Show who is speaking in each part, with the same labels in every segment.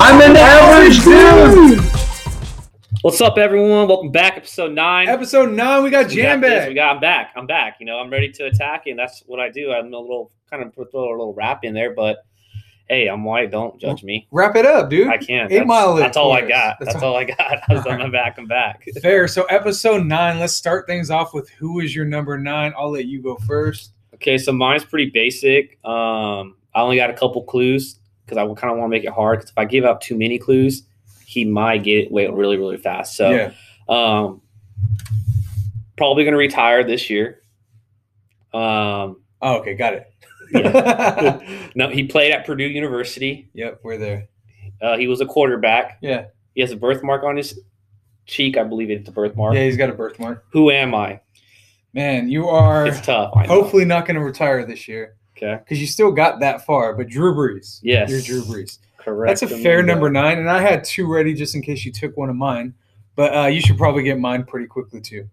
Speaker 1: I'm an average dude.
Speaker 2: What's up, everyone? Welcome back, episode nine.
Speaker 3: Episode nine, we got
Speaker 2: We got
Speaker 3: Jam
Speaker 2: this, We
Speaker 3: Bag.
Speaker 2: got. I'm back. I'm back. You know, I'm ready to attack, and that's what I do. I'm a little kind of put a little rap in there, but hey, I'm white. Don't judge me.
Speaker 3: Wrap it up, dude.
Speaker 2: I can.
Speaker 3: Eight
Speaker 2: That's,
Speaker 3: Mile is
Speaker 2: That's all I
Speaker 3: for us.
Speaker 2: got.
Speaker 3: That's
Speaker 2: That's, all I got. I was on my back. I'm back.
Speaker 3: Fair. So episode nine, let's start things off with who is your number nine. I'll let you go first.
Speaker 2: Okay, so mine's pretty basic. Um, I only got a couple clues because I kind of want to make it hard. Because if I give out too many clues, he might get it wait really really fast. So
Speaker 3: yeah.
Speaker 2: Um, probably going to retire this year. Um,
Speaker 3: Oh, okay, got it.
Speaker 2: no, he played at Purdue University.
Speaker 3: yep, we're there.
Speaker 2: Uh, he was a quarterback.
Speaker 3: Yeah.
Speaker 2: He has a birthmark on his cheek. I believe it's a birthmark.
Speaker 3: Yeah, he's got a birthmark.
Speaker 2: Who am I?
Speaker 3: Man, you are
Speaker 2: It's tough. I know.
Speaker 3: hopefully not going to retire this year
Speaker 2: Okay.
Speaker 3: because you still got that far. But Drew Brees.
Speaker 2: Yes.
Speaker 3: You're Drew Brees.
Speaker 2: Correct.
Speaker 3: That's a fair
Speaker 2: Amigo.
Speaker 3: number nine. And I had two ready just in case you took one of mine. But uh, you should probably get mine pretty quickly, too.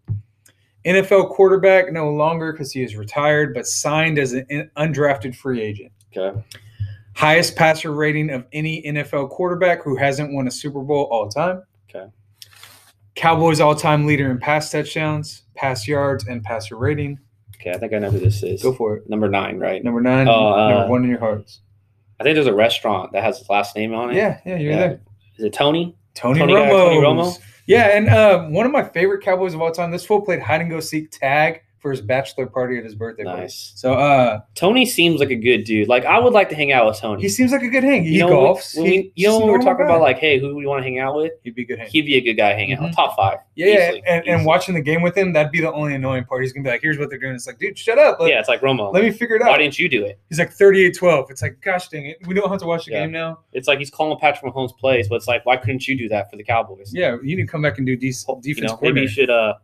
Speaker 3: NFL quarterback, no longer because he is retired, but signed as an in- undrafted free agent.
Speaker 2: Okay.
Speaker 3: Highest passer rating of any NFL quarterback who hasn't won a Super Bowl all time.
Speaker 2: Okay.
Speaker 3: Cowboys all time leader in pass touchdowns, pass yards, and passer rating.
Speaker 2: Okay. I think I know who this is.
Speaker 3: Go for it.
Speaker 2: Number nine, right?
Speaker 3: Number nine,
Speaker 2: Oh, uh,
Speaker 3: number one in your hearts.
Speaker 2: I think there's a restaurant that has his last name on it.
Speaker 3: Yeah, yeah, you're
Speaker 2: Yeah.
Speaker 3: there.
Speaker 2: Is it Tony?
Speaker 3: Tony,
Speaker 2: Tony guy,
Speaker 3: Romo.
Speaker 2: Tony Romo?
Speaker 3: Yeah, and uh, one of my favorite Cowboys of all time. This fool played hide and go seek tag for his bachelor party at his birthday party.
Speaker 2: Nice.
Speaker 3: So uh,
Speaker 2: Tony seems like a good dude. Like I would like to hang out with Tony.
Speaker 3: he seems like a good hang. He
Speaker 2: you know,
Speaker 3: golfs.
Speaker 2: When we,
Speaker 3: He-
Speaker 2: you know,
Speaker 3: just
Speaker 2: when
Speaker 3: a
Speaker 2: we're
Speaker 3: normal
Speaker 2: talking
Speaker 3: guy.
Speaker 2: about like, hey, who we want to hang out with?
Speaker 3: he'd be a good hang.
Speaker 2: He'd be a good guy to hang out.
Speaker 3: Mhm.
Speaker 2: Top five.
Speaker 3: yeah, yeah,
Speaker 2: easily,
Speaker 3: and, and
Speaker 2: easily.
Speaker 3: watching the game with him, that'd be the only annoying part. He's gonna be like, "Here's what they're doing." It's like, dude, shut up. Let,
Speaker 2: yeah, it's like Romo.
Speaker 3: let me figure it
Speaker 2: Why
Speaker 3: out.
Speaker 2: didn't you do it?
Speaker 3: He's like 38-12. It's like, gosh dang it, we don't have to watch the
Speaker 2: Yeah.
Speaker 3: game now.
Speaker 2: It's like he's calling Patrick Mahomes plays, but it's like, why couldn't you do that for the Cowboys?
Speaker 3: Yeah, you need to come back and do de- defense
Speaker 2: Ho- you know, maybe you
Speaker 3: coordinator.
Speaker 2: should uh,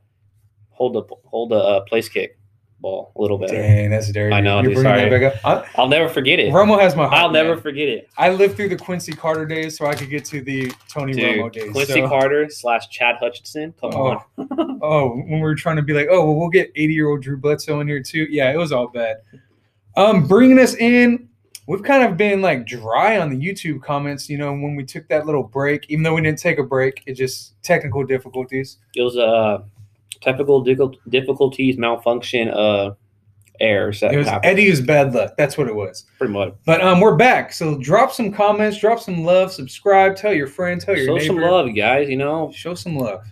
Speaker 2: hold the hold the uh, place kick ball a little better.
Speaker 3: Dang, that's dirty.
Speaker 2: I know,
Speaker 3: You're
Speaker 2: dude,
Speaker 3: bringing that back up. I-
Speaker 2: I'll never forget it.
Speaker 3: Romo has my heart.
Speaker 2: I'll never
Speaker 3: man.
Speaker 2: forget it,
Speaker 3: I lived through the Quincy Carter days, so I could get to the Tony Romo
Speaker 2: dude.
Speaker 3: days.
Speaker 2: Quincy
Speaker 3: so-
Speaker 2: Carter slash Chad Hutchinson. Come on,
Speaker 3: Oh, oh, when we were trying to be like, oh, well, we'll get 80 year old Drew Bledsoe in here too. Yeah, it was all bad. Um, bringing us in, we've kind of been like dry on the YouTube comments. You know, when we took that little break, even though we didn't take a break, it just technical difficulties.
Speaker 2: it was uh, typical difficult- difficulties, malfunction, uh, errors that
Speaker 3: It was
Speaker 2: happened.
Speaker 3: Eddie's bad luck. That's what it was.
Speaker 2: Pretty much.
Speaker 3: But um, we're back. So drop some comments, drop some love, subscribe, tell your friend, tell Oh, your
Speaker 2: Show
Speaker 3: neighbor.
Speaker 2: some love, guys. You know,
Speaker 3: Show some love.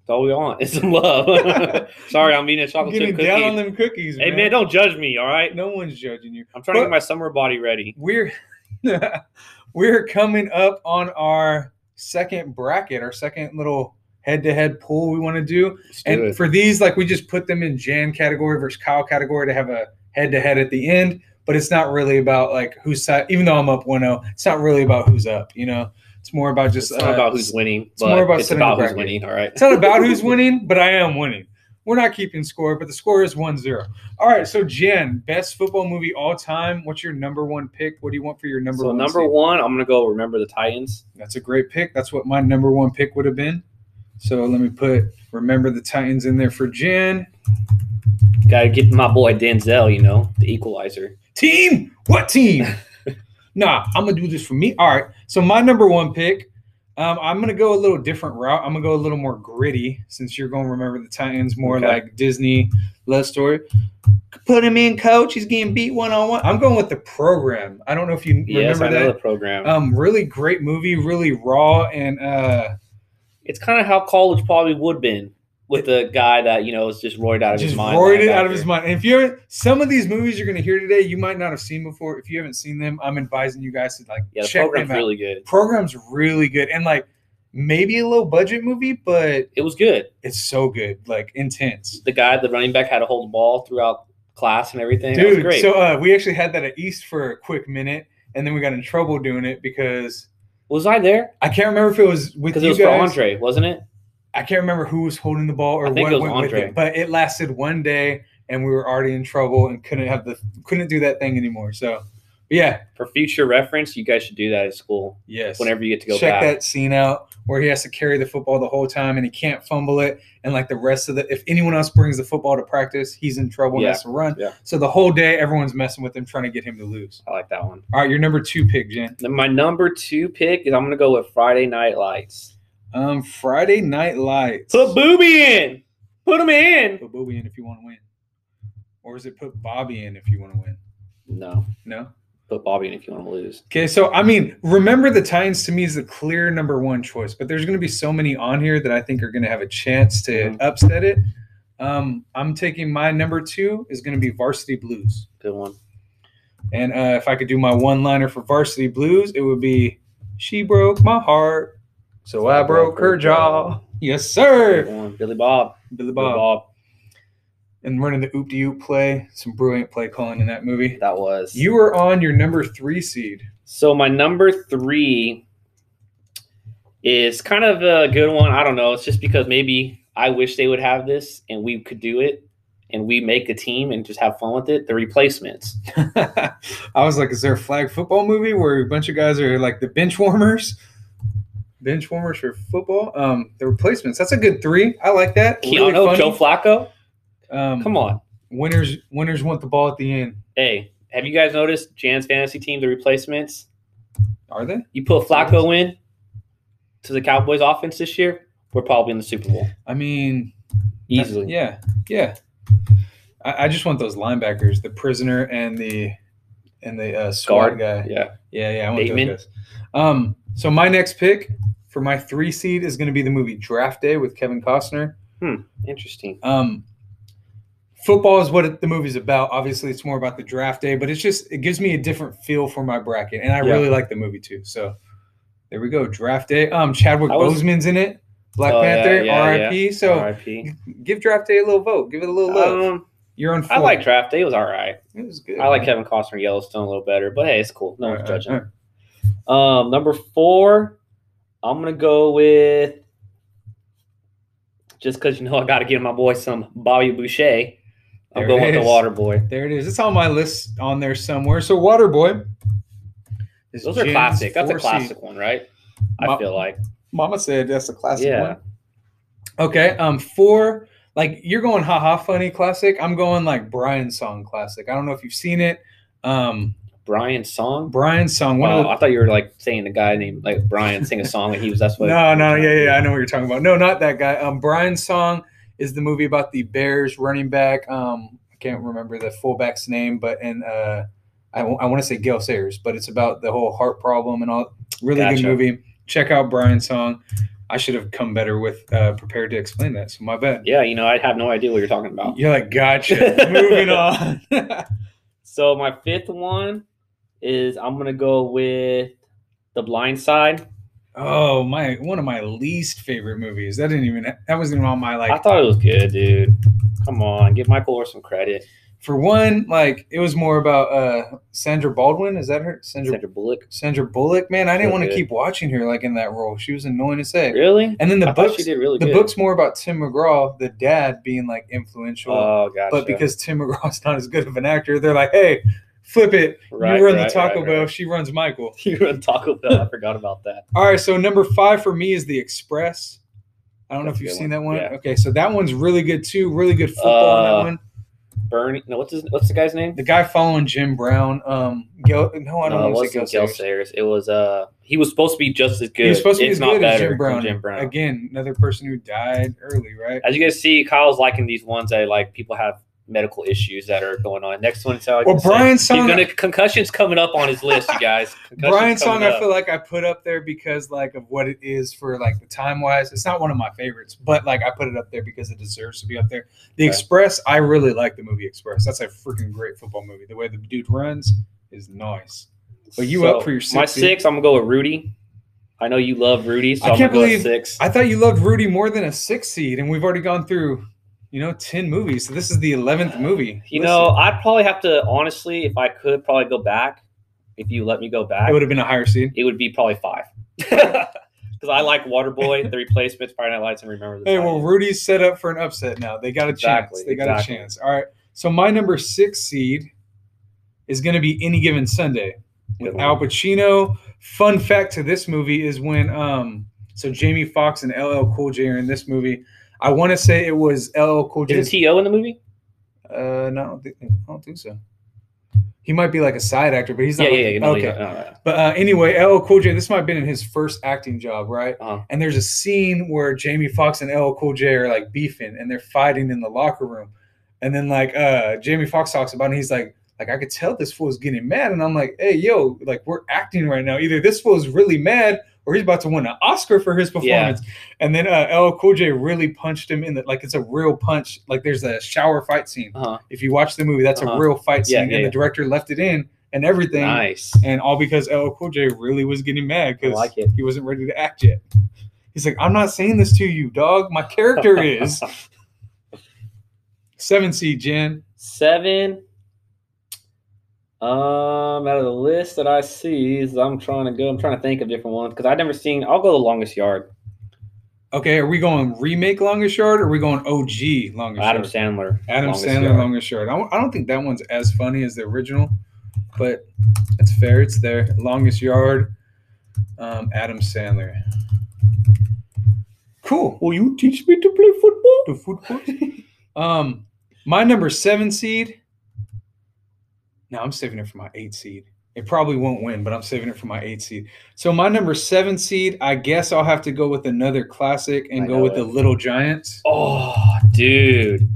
Speaker 2: that's all we want is some love. Sorry, I'm eating a chocolate
Speaker 3: Getting
Speaker 2: chip
Speaker 3: down on
Speaker 2: cookie.
Speaker 3: them cookies,
Speaker 2: Hey man, don't judge me. All right.
Speaker 3: no one's judging you.
Speaker 2: I'm trying to
Speaker 3: But-
Speaker 2: get my summer body ready.
Speaker 3: we're we're coming up on our second bracket, our second little head-to-head pool we want to do.
Speaker 2: Let's do
Speaker 3: And
Speaker 2: it.
Speaker 3: for these, like we just put them in Jan category versus Kyle category to have a head-to-head at the end. But it's not really about like who's side. Even though I'm up 1-0, it's not really about who's up. You know, it's more about just
Speaker 2: it's not
Speaker 3: uh,
Speaker 2: about who's winning,
Speaker 3: it's
Speaker 2: but
Speaker 3: more about
Speaker 2: it's
Speaker 3: setting the
Speaker 2: about who's
Speaker 3: bracket.
Speaker 2: winning. All right.
Speaker 3: it's not about who's winning, but I am winning. We're not keeping score, but the score is 1-0. All right, so Jan, best football movie all time. What's your number one pick? What do you want for your number
Speaker 2: so
Speaker 3: one?
Speaker 2: number
Speaker 3: seed?
Speaker 2: one, I'm gonna go. Remember the Titans.
Speaker 3: That's a great pick. That's what my number one pick would have been. So let me put remember the Titans in there for Jan.
Speaker 2: Gotta get my boy Denzel. You know, the equalizer.
Speaker 3: Team, what team? nah, I'm gonna do this for me. All right. So my number one pick. Um, I'm gonna go a little different route. I'm gonna go a little more gritty since you're going to remember the Titans more
Speaker 2: Okay.
Speaker 3: like Disney love story. Put him in, coach. He's getting beat one on one. I'm going with the program. I don't know if you remember
Speaker 2: yes, I
Speaker 3: that.
Speaker 2: know the program.
Speaker 3: Um, really great movie, really raw and uh
Speaker 2: it's kind of how college probably would been with a guy that you know is just roided out of
Speaker 3: just
Speaker 2: his mind.
Speaker 3: roided out of
Speaker 2: linebacker.
Speaker 3: his mind. And if you're some of these movies you're gonna hear today, you might not have seen before. If you haven't seen them, I'm advising you guys to like
Speaker 2: Yeah, the
Speaker 3: check
Speaker 2: program's
Speaker 3: them out.
Speaker 2: really good.
Speaker 3: program's really good and like maybe a low budget movie, but
Speaker 2: It was good.
Speaker 3: it's so good, like intense.
Speaker 2: The guy, the running back, had to hold the ball throughout class and everything. it was
Speaker 3: Dude,
Speaker 2: great.
Speaker 3: so uh, we actually had that at East for a quick minute, and then we got in trouble doing it because
Speaker 2: was I there?
Speaker 3: I can't remember if it was with
Speaker 2: Because it
Speaker 3: you
Speaker 2: was for
Speaker 3: guys.
Speaker 2: Andre, wasn't it?
Speaker 3: I can't remember who was holding the ball or
Speaker 2: I think
Speaker 3: what
Speaker 2: it was
Speaker 3: went with
Speaker 2: Andre.
Speaker 3: it, but it lasted one day, and we were already in trouble and couldn't have the couldn't do that thing anymore. So yeah,
Speaker 2: For future reference, you guys should do that at school
Speaker 3: yes.
Speaker 2: whenever you get to go
Speaker 3: Check
Speaker 2: back.
Speaker 3: that scene out where he has to carry the football the whole time and he can't fumble it. And like the rest of the, if anyone else brings the football to practice, he's in trouble and
Speaker 2: Yeah.
Speaker 3: has to run.
Speaker 2: Yeah.
Speaker 3: So the whole day, everyone's messing with him, trying to get him to lose.
Speaker 2: I like that one.
Speaker 3: All right, your number two pick, Jen.
Speaker 2: Then my number two pick is I'm gonna go with Friday Night Lights.
Speaker 3: Um, Friday Night Lights.
Speaker 2: Put Booby in. Put him in.
Speaker 3: Put Bobby in if you want to win, or is it put Bobby in if you want to win?
Speaker 2: No,
Speaker 3: No.
Speaker 2: put Bobby in if you want to lose.
Speaker 3: Okay, so I mean, remember the Titans to me is the clear number one choice, but there's going to be so many on here that I think are going to have a chance to
Speaker 2: Mhm.
Speaker 3: upset it. Um, I'm taking my number two is going to be Varsity Blues,
Speaker 2: Good one.
Speaker 3: and uh, if I could do my one liner for Varsity Blues, it would be "She broke my heart, so I broke her jaw." Yes,
Speaker 2: Good
Speaker 3: sir,
Speaker 2: one. Billy Bob.
Speaker 3: Billy
Speaker 2: Billy
Speaker 3: Bob,
Speaker 2: Bob.
Speaker 3: and running the oop de oop play, some brilliant play calling in that movie.
Speaker 2: That was
Speaker 3: You were on your number three seed.
Speaker 2: So my number three is kind of a good one. I don't know. It's just because maybe I wish they would have this and we could do it and we make a team and just have fun with it. The replacements.
Speaker 3: I was like, is there a flag football movie where a bunch of guys are like the bench warmers? Bench warmers for football. Um, the replacements. That's a good three. I like that.
Speaker 2: Keanu,
Speaker 3: funny.
Speaker 2: Joe Flacco.
Speaker 3: um,
Speaker 2: Come on.
Speaker 3: Winners. Winners want the ball at the end.
Speaker 2: Hey, have you guys noticed Jan's fantasy team, the replacements?
Speaker 3: Are they?
Speaker 2: You put Flacco in to the Cowboys offense this year, we're probably in the Super Bowl.
Speaker 3: I mean,
Speaker 2: Easily.
Speaker 3: yeah, yeah. I, I just want those linebackers, the prisoner and the and the uh, SWAT
Speaker 2: Guard.
Speaker 3: guy.
Speaker 2: Yeah.
Speaker 3: Yeah, yeah, I want
Speaker 2: Bateman.
Speaker 3: those guys. Um, so my next pick for my three seed is going to be the movie Draft Day with Kevin Costner.
Speaker 2: Interesting.
Speaker 3: Um, football is what it- the movie's about. Obviously, it's more about the draft day, but it's just it gives me a different feel for my bracket, and I
Speaker 2: Yeah.
Speaker 3: really like the movie too. So there we go, Draft Day. Um, Chadwick
Speaker 2: I was-
Speaker 3: Boseman's in it, Black
Speaker 2: Oh, yeah,
Speaker 3: Panther,
Speaker 2: yeah,
Speaker 3: R.I.P. So
Speaker 2: RIP.
Speaker 3: give Draft Day a little vote, give it a little love.
Speaker 2: Um,
Speaker 3: You're on.
Speaker 2: I
Speaker 3: four.
Speaker 2: like draft day. It was all right.
Speaker 3: It was good.
Speaker 2: I like Kevin Costner and Yellowstone a little better, but hey, it's cool. No
Speaker 3: All
Speaker 2: one's
Speaker 3: right,
Speaker 2: judging.
Speaker 3: all right.
Speaker 2: Um, number four, I'm gonna go with just because you know I got to give my boy some Bobby Boucher.
Speaker 3: There
Speaker 2: I'm
Speaker 3: it
Speaker 2: going with
Speaker 3: is.
Speaker 2: the Water Boy.
Speaker 3: There it is. It's on my list on there somewhere. So Waterboy. is
Speaker 2: Those are
Speaker 3: Jen's
Speaker 2: classic. That's a
Speaker 3: four seed.
Speaker 2: classic one, right?
Speaker 3: My-
Speaker 2: I feel like
Speaker 3: Mama said that's a classic
Speaker 2: Yeah.
Speaker 3: one. Okay. Um, four. Like you're going haha funny classic. I'm going like Brian's song classic. I don't know if you've seen it. Um,
Speaker 2: Brian Song.
Speaker 3: Brian's song. One
Speaker 2: Wow,
Speaker 3: of
Speaker 2: I thought you were like saying the guy named like Brian sing a song and he was that's
Speaker 3: the,
Speaker 2: what.
Speaker 3: no, no, yeah, yeah, I know what you're talking about. No, not that guy. Um, Brian's song is the movie about the Bears running back. Um, I can't remember the fullback's name, but and uh, I want to say Gail Sayers, but it's about the whole heart problem and all. Really good
Speaker 2: Gotcha.
Speaker 3: movie. Check out Brian's song. I should have come better with uh, prepared to explain that. So my bad.
Speaker 2: Yeah, you know I have no idea what you're talking about.
Speaker 3: You're like, gotcha. Moving on.
Speaker 2: So my fifth one is I'm gonna go with The Blind Side.
Speaker 3: oh my! One of my least favorite movies. That didn't even. That wasn't even on my
Speaker 2: I
Speaker 3: like.
Speaker 2: thought it was good, dude. Come on, give Michael Orr some credit.
Speaker 3: For one, like it was more about uh Sandra Baldwin. Is that her? Sandra
Speaker 2: Sandra Bullock.
Speaker 3: Sandra Bullock. Man, I didn't want to
Speaker 2: Okay.
Speaker 3: keep watching her like in that role. She was annoying as heck.
Speaker 2: Really?
Speaker 3: And then the
Speaker 2: I thought
Speaker 3: books.
Speaker 2: she did really
Speaker 3: the
Speaker 2: good.
Speaker 3: book's more about Tim McGraw, the dad, being like influential.
Speaker 2: Oh, gotcha.
Speaker 3: But because Tim McGraw's not as good of an actor, they're like, hey, flip it. you run the Taco Bell. She runs Michael.
Speaker 2: You run Taco Bell. I forgot about that.
Speaker 3: All right, so number five for me is the Express. I don't
Speaker 2: That's
Speaker 3: know if
Speaker 2: a
Speaker 3: you've
Speaker 2: good
Speaker 3: seen
Speaker 2: one.
Speaker 3: that one.
Speaker 2: Yeah.
Speaker 3: Okay, so that one's really good too. Really good football on
Speaker 2: Uh,
Speaker 3: that one.
Speaker 2: Bernie. No, what's his, what's the guy's name?
Speaker 3: The guy following Jim Brown. Um, Gil, no, I don't
Speaker 2: no, Uh, it
Speaker 3: know. It
Speaker 2: wasn't Gil Sayers. It was uh, he was supposed to be just as good.
Speaker 3: He was supposed to be
Speaker 2: if
Speaker 3: as
Speaker 2: not
Speaker 3: good as
Speaker 2: better
Speaker 3: Jim
Speaker 2: than
Speaker 3: Brown.
Speaker 2: Jim Brown.
Speaker 3: Again, another person who died early, right?
Speaker 2: As you guys see, Kyle's liking these ones that like people have medical issues that are going on. Next one, is how I
Speaker 3: Well,
Speaker 2: can say-
Speaker 3: Brian
Speaker 2: He's
Speaker 3: Song-
Speaker 2: gonna concussions coming up on his list, you guys. Concussions
Speaker 3: Brian's song
Speaker 2: coming
Speaker 3: I
Speaker 2: up.
Speaker 3: feel like I put up there because like of what it is for like the time wise. It's not one of my favorites, but like I put it up there because it deserves to be up there. The
Speaker 2: Okay.
Speaker 3: Express, I really like the movie Express. That's a freaking great football movie. The way the dude runs is nice. But you up for your
Speaker 2: My
Speaker 3: six, dude?
Speaker 2: six, I'm gonna go with Rudy. I know you love Rudy, so
Speaker 3: I
Speaker 2: I am
Speaker 3: can't
Speaker 2: gonna go
Speaker 3: believe-
Speaker 2: with six.
Speaker 3: I thought you loved Rudy more than a six seed, and we've already gone through, you know, ten movies. So this is the eleventh movie.
Speaker 2: You
Speaker 3: Listen,
Speaker 2: know, I'd probably have to honestly, if I could probably go back, if you let me go back,
Speaker 3: it would have been a higher seed.
Speaker 2: it would be probably five. Because I like Waterboy, the replacements, Friday Night Lights, and Remember the
Speaker 3: Hey, well,
Speaker 2: Titans.
Speaker 3: Rudy's set up for an upset now. They got a
Speaker 2: Exactly,
Speaker 3: chance. They got
Speaker 2: exactly.
Speaker 3: a chance. All right. So my number six seed is going to be any given Sunday with
Speaker 2: Good
Speaker 3: Al
Speaker 2: one.
Speaker 3: Pacino. Fun fact to this movie is when um so Jamie Foxx and LL Cool J are in this movie. I want to say it was LL Cool J.
Speaker 2: Isn't T.O. in the movie?
Speaker 3: Uh, no, I don't, think, I don't think so. He might be like a side actor, but he's
Speaker 2: yeah,
Speaker 3: not.
Speaker 2: yeah,
Speaker 3: like-
Speaker 2: yeah. no,
Speaker 3: okay.
Speaker 2: yeah, no, no.
Speaker 3: But uh, anyway, LL Cool J. This might have been in his first acting job, right?
Speaker 2: Uh-huh.
Speaker 3: And there's a scene where Jamie Foxx and LL Cool J are like beefing, and they're fighting in the locker room. And then like uh, Jamie Foxx talks about, it, and he's like, like I could tell this fool's getting mad, and I'm like, hey, yo, like we're acting right now. Either this fool's really mad, or he's about to win an Oscar for his performance. And then uh, LL Cool J really punched him in the like it's a real punch. Like there's a shower fight scene
Speaker 2: Uh-huh.
Speaker 3: if you watch the movie, that's a
Speaker 2: Uh-huh.
Speaker 3: real fight scene,
Speaker 2: Yeah, yeah,
Speaker 3: and the
Speaker 2: yeah.
Speaker 3: director left it in and everything,
Speaker 2: Nice.
Speaker 3: and all because LL Cool J really was getting mad
Speaker 2: I
Speaker 3: because
Speaker 2: like it.
Speaker 3: he wasn't ready to act yet. He's like, "I'm not saying this to you, dog. My character is seven C Jen.
Speaker 2: Seven. Um, out of the list that I see, is I'm trying to go. I'm trying to think of different ones because I've never seen. I'll go the longest yard.
Speaker 3: Okay, are we going remake Longest Yard or are we going OG Longest
Speaker 2: Adam
Speaker 3: Yard?
Speaker 2: Sandler.
Speaker 3: Adam
Speaker 2: Longest
Speaker 3: Sandler
Speaker 2: Yard.
Speaker 3: Longest Yard. I don't, I don't think that one's as funny as the original, but it's fair. It's there. Longest Yard, um, Adam Sandler. Cool.
Speaker 2: Will you teach me to play football?
Speaker 3: the food court. um, my number seven seed. No, I'm saving it for my eight seed. It probably won't win, but I'm saving it for my eight seed. So my number seven seed, I guess I'll have to go with another classic and
Speaker 2: I
Speaker 3: go
Speaker 2: know
Speaker 3: with
Speaker 2: it.
Speaker 3: the Little Giants.
Speaker 2: Oh, dude.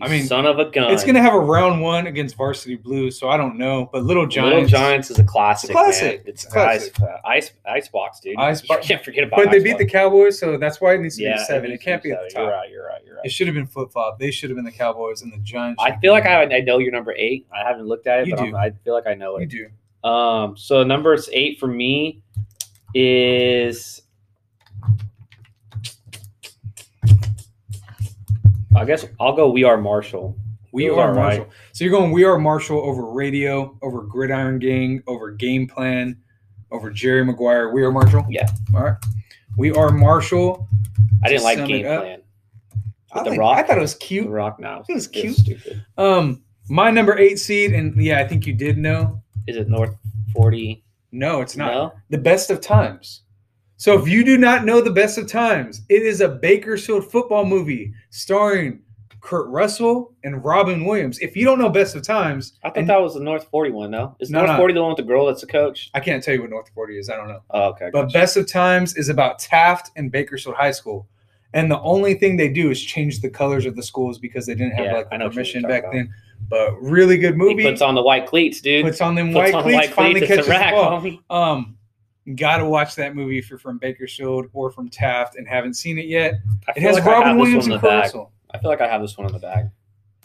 Speaker 2: You
Speaker 3: I mean,
Speaker 2: son of a gun.
Speaker 3: It's gonna have a round one against Varsity Blues, so I don't know. But Little Giants,
Speaker 2: Little Giants is a classic.
Speaker 3: It's a classic.
Speaker 2: man. It's
Speaker 3: It's a classic.
Speaker 2: Ice, ice, Icebox, dude.
Speaker 3: Icebox.
Speaker 2: You can't forget about.
Speaker 3: but they
Speaker 2: Icebox.
Speaker 3: beat the Cowboys, so that's why it needs to
Speaker 2: yeah,
Speaker 3: be seven. It can't be at the
Speaker 2: You're
Speaker 3: top.
Speaker 2: right. You're right. You're right.
Speaker 3: It should have been flip flop. They should have been the Cowboys and the Giants.
Speaker 2: I feel like I, I know you're number eight. I haven't looked at it,
Speaker 3: You
Speaker 2: but I'm,
Speaker 3: do.
Speaker 2: I feel like I know
Speaker 3: you
Speaker 2: it.
Speaker 3: do.
Speaker 2: Um, so number eight for me is, I guess I'll go. We are Marshall.
Speaker 3: We
Speaker 2: It was
Speaker 3: are
Speaker 2: alright.
Speaker 3: Marshall. So you're going We Are Marshall over radio, over Gridiron Gang, over Game Plan, over Jerry Maguire. We Are Marshall?
Speaker 2: Yeah.
Speaker 3: All right. We Are Marshall.
Speaker 2: I didn't
Speaker 3: To
Speaker 2: like
Speaker 3: sum
Speaker 2: game
Speaker 3: it up,
Speaker 2: plan.
Speaker 3: I,
Speaker 2: With The
Speaker 3: think-
Speaker 2: Rock?
Speaker 3: I thought it was
Speaker 2: The
Speaker 3: cute.
Speaker 2: Rock now.
Speaker 3: It was cute.
Speaker 2: Stupid.
Speaker 3: Um, My number eight seed, and yeah, I think you did know.
Speaker 2: Is it North Forty?
Speaker 3: No, it's not.
Speaker 2: No.
Speaker 3: The Best of Times. So if you do not know The Best of Times, it is a Bakersfield football movie starring Kurt Russell and Robin Williams. If you don't know Best of Times,
Speaker 2: I thought
Speaker 3: And-
Speaker 2: that was the North Forty one. though. is
Speaker 3: No,
Speaker 2: North
Speaker 3: no.
Speaker 2: Forty the one with the girl that's the coach?
Speaker 3: I can't tell you what North 40 is. I don't know.
Speaker 2: Oh, okay.
Speaker 3: But Best of Times is about Taft and Bakersfield High School. And the only thing they do is change the colors of the schools because they didn't have
Speaker 2: Yeah,
Speaker 3: like
Speaker 2: I
Speaker 3: the
Speaker 2: know what you're
Speaker 3: permission
Speaker 2: talking
Speaker 3: back
Speaker 2: about.
Speaker 3: then. But really good movie.
Speaker 2: he puts on the white cleats, dude.
Speaker 3: Puts on them
Speaker 2: Puts
Speaker 3: white
Speaker 2: on
Speaker 3: cleats, finally
Speaker 2: it's a
Speaker 3: catches the
Speaker 2: rack,
Speaker 3: ball.
Speaker 2: homie.
Speaker 3: Um, gotta watch that movie if you're from Bakersfield or from Taft and haven't seen it yet.
Speaker 2: I
Speaker 3: It
Speaker 2: feel
Speaker 3: has
Speaker 2: like I
Speaker 3: Robin
Speaker 2: have this
Speaker 3: Williams
Speaker 2: one in
Speaker 3: and
Speaker 2: the
Speaker 3: Kurt
Speaker 2: bag.
Speaker 3: Russell.
Speaker 2: I feel like I have this one in the bag.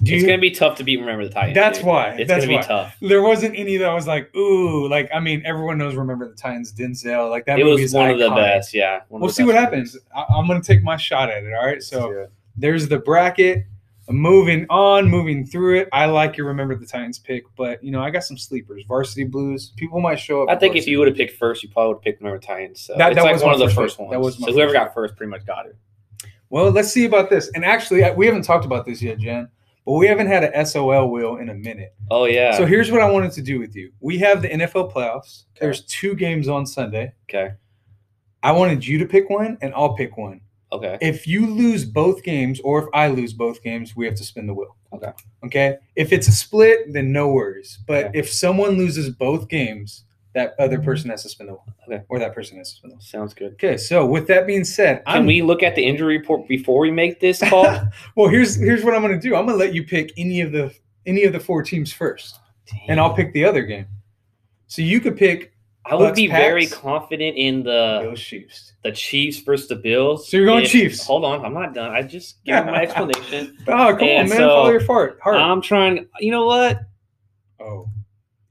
Speaker 3: Do
Speaker 2: it's
Speaker 3: you-
Speaker 2: gonna be tough to beat Remember the Titans.
Speaker 3: that's
Speaker 2: dude.
Speaker 3: why.
Speaker 2: It's
Speaker 3: that's
Speaker 2: gonna be
Speaker 3: why.
Speaker 2: tough.
Speaker 3: There wasn't any that was like, ooh, like I mean, everyone knows Remember the Titans, Denzel. Like that
Speaker 2: it
Speaker 3: movie
Speaker 2: was
Speaker 3: is
Speaker 2: one of the
Speaker 3: iconic.
Speaker 2: best. Yeah. one of
Speaker 3: We'll
Speaker 2: the
Speaker 3: see
Speaker 2: best
Speaker 3: what
Speaker 2: movies.
Speaker 3: happens. I, I'm gonna take my shot at it. All right. So
Speaker 2: Yeah.
Speaker 3: there's the bracket. Moving on, moving through it. I like your remember the Titans pick, but you know I got some sleepers. Varsity Blues. People might show up.
Speaker 2: I
Speaker 3: for
Speaker 2: think if
Speaker 3: Varsity
Speaker 2: you would have picked first, you probably would have picked Remember the Titans. So
Speaker 3: That-
Speaker 2: it's
Speaker 3: that
Speaker 2: like
Speaker 3: was
Speaker 2: one
Speaker 3: my
Speaker 2: of the
Speaker 3: first
Speaker 2: first
Speaker 3: pick.
Speaker 2: ones.
Speaker 3: That was my
Speaker 2: so whoever
Speaker 3: first
Speaker 2: got first pretty much got it.
Speaker 3: Blues. Well, let's see about this. And actually, I- we haven't talked about this yet, Jen. But we haven't had a SOL wheel in a minute.
Speaker 2: Oh yeah.
Speaker 3: So here's what I wanted to do with you. We have the NFL playoffs.
Speaker 2: Okay.
Speaker 3: There's two games on Sunday.
Speaker 2: okay.
Speaker 3: I wanted you to pick one, and I'll pick one.
Speaker 2: Okay.
Speaker 3: If you lose both games, or if I lose both games, we have to spin the wheel.
Speaker 2: Okay.
Speaker 3: Okay. If it's a split, then no worries. But
Speaker 2: Okay.
Speaker 3: if someone loses both games, that other person has to spin the wheel.
Speaker 2: Okay.
Speaker 3: Or that person has to spin the wheel.
Speaker 2: Sounds good.
Speaker 3: Okay. So with that being said,
Speaker 2: Can
Speaker 3: I'm,
Speaker 2: we look at the injury report before we make this call?
Speaker 3: well, here's here's what I'm gonna do. I'm gonna let you pick any of the any of the four teams first, and I'll pick the other game. So you could pick
Speaker 2: I would
Speaker 3: Bucks,
Speaker 2: be very
Speaker 3: Pats.
Speaker 2: confident in the
Speaker 3: Bills Chiefs.
Speaker 2: the Chiefs versus the Bills.
Speaker 3: So you're going Chiefs.
Speaker 2: Hold on, I'm not done. I just gave my explanation.
Speaker 3: Oh, come on, man!
Speaker 2: And
Speaker 3: Follow
Speaker 2: so,
Speaker 3: your fart. Heart.
Speaker 2: I'm trying. You know what?
Speaker 3: oh,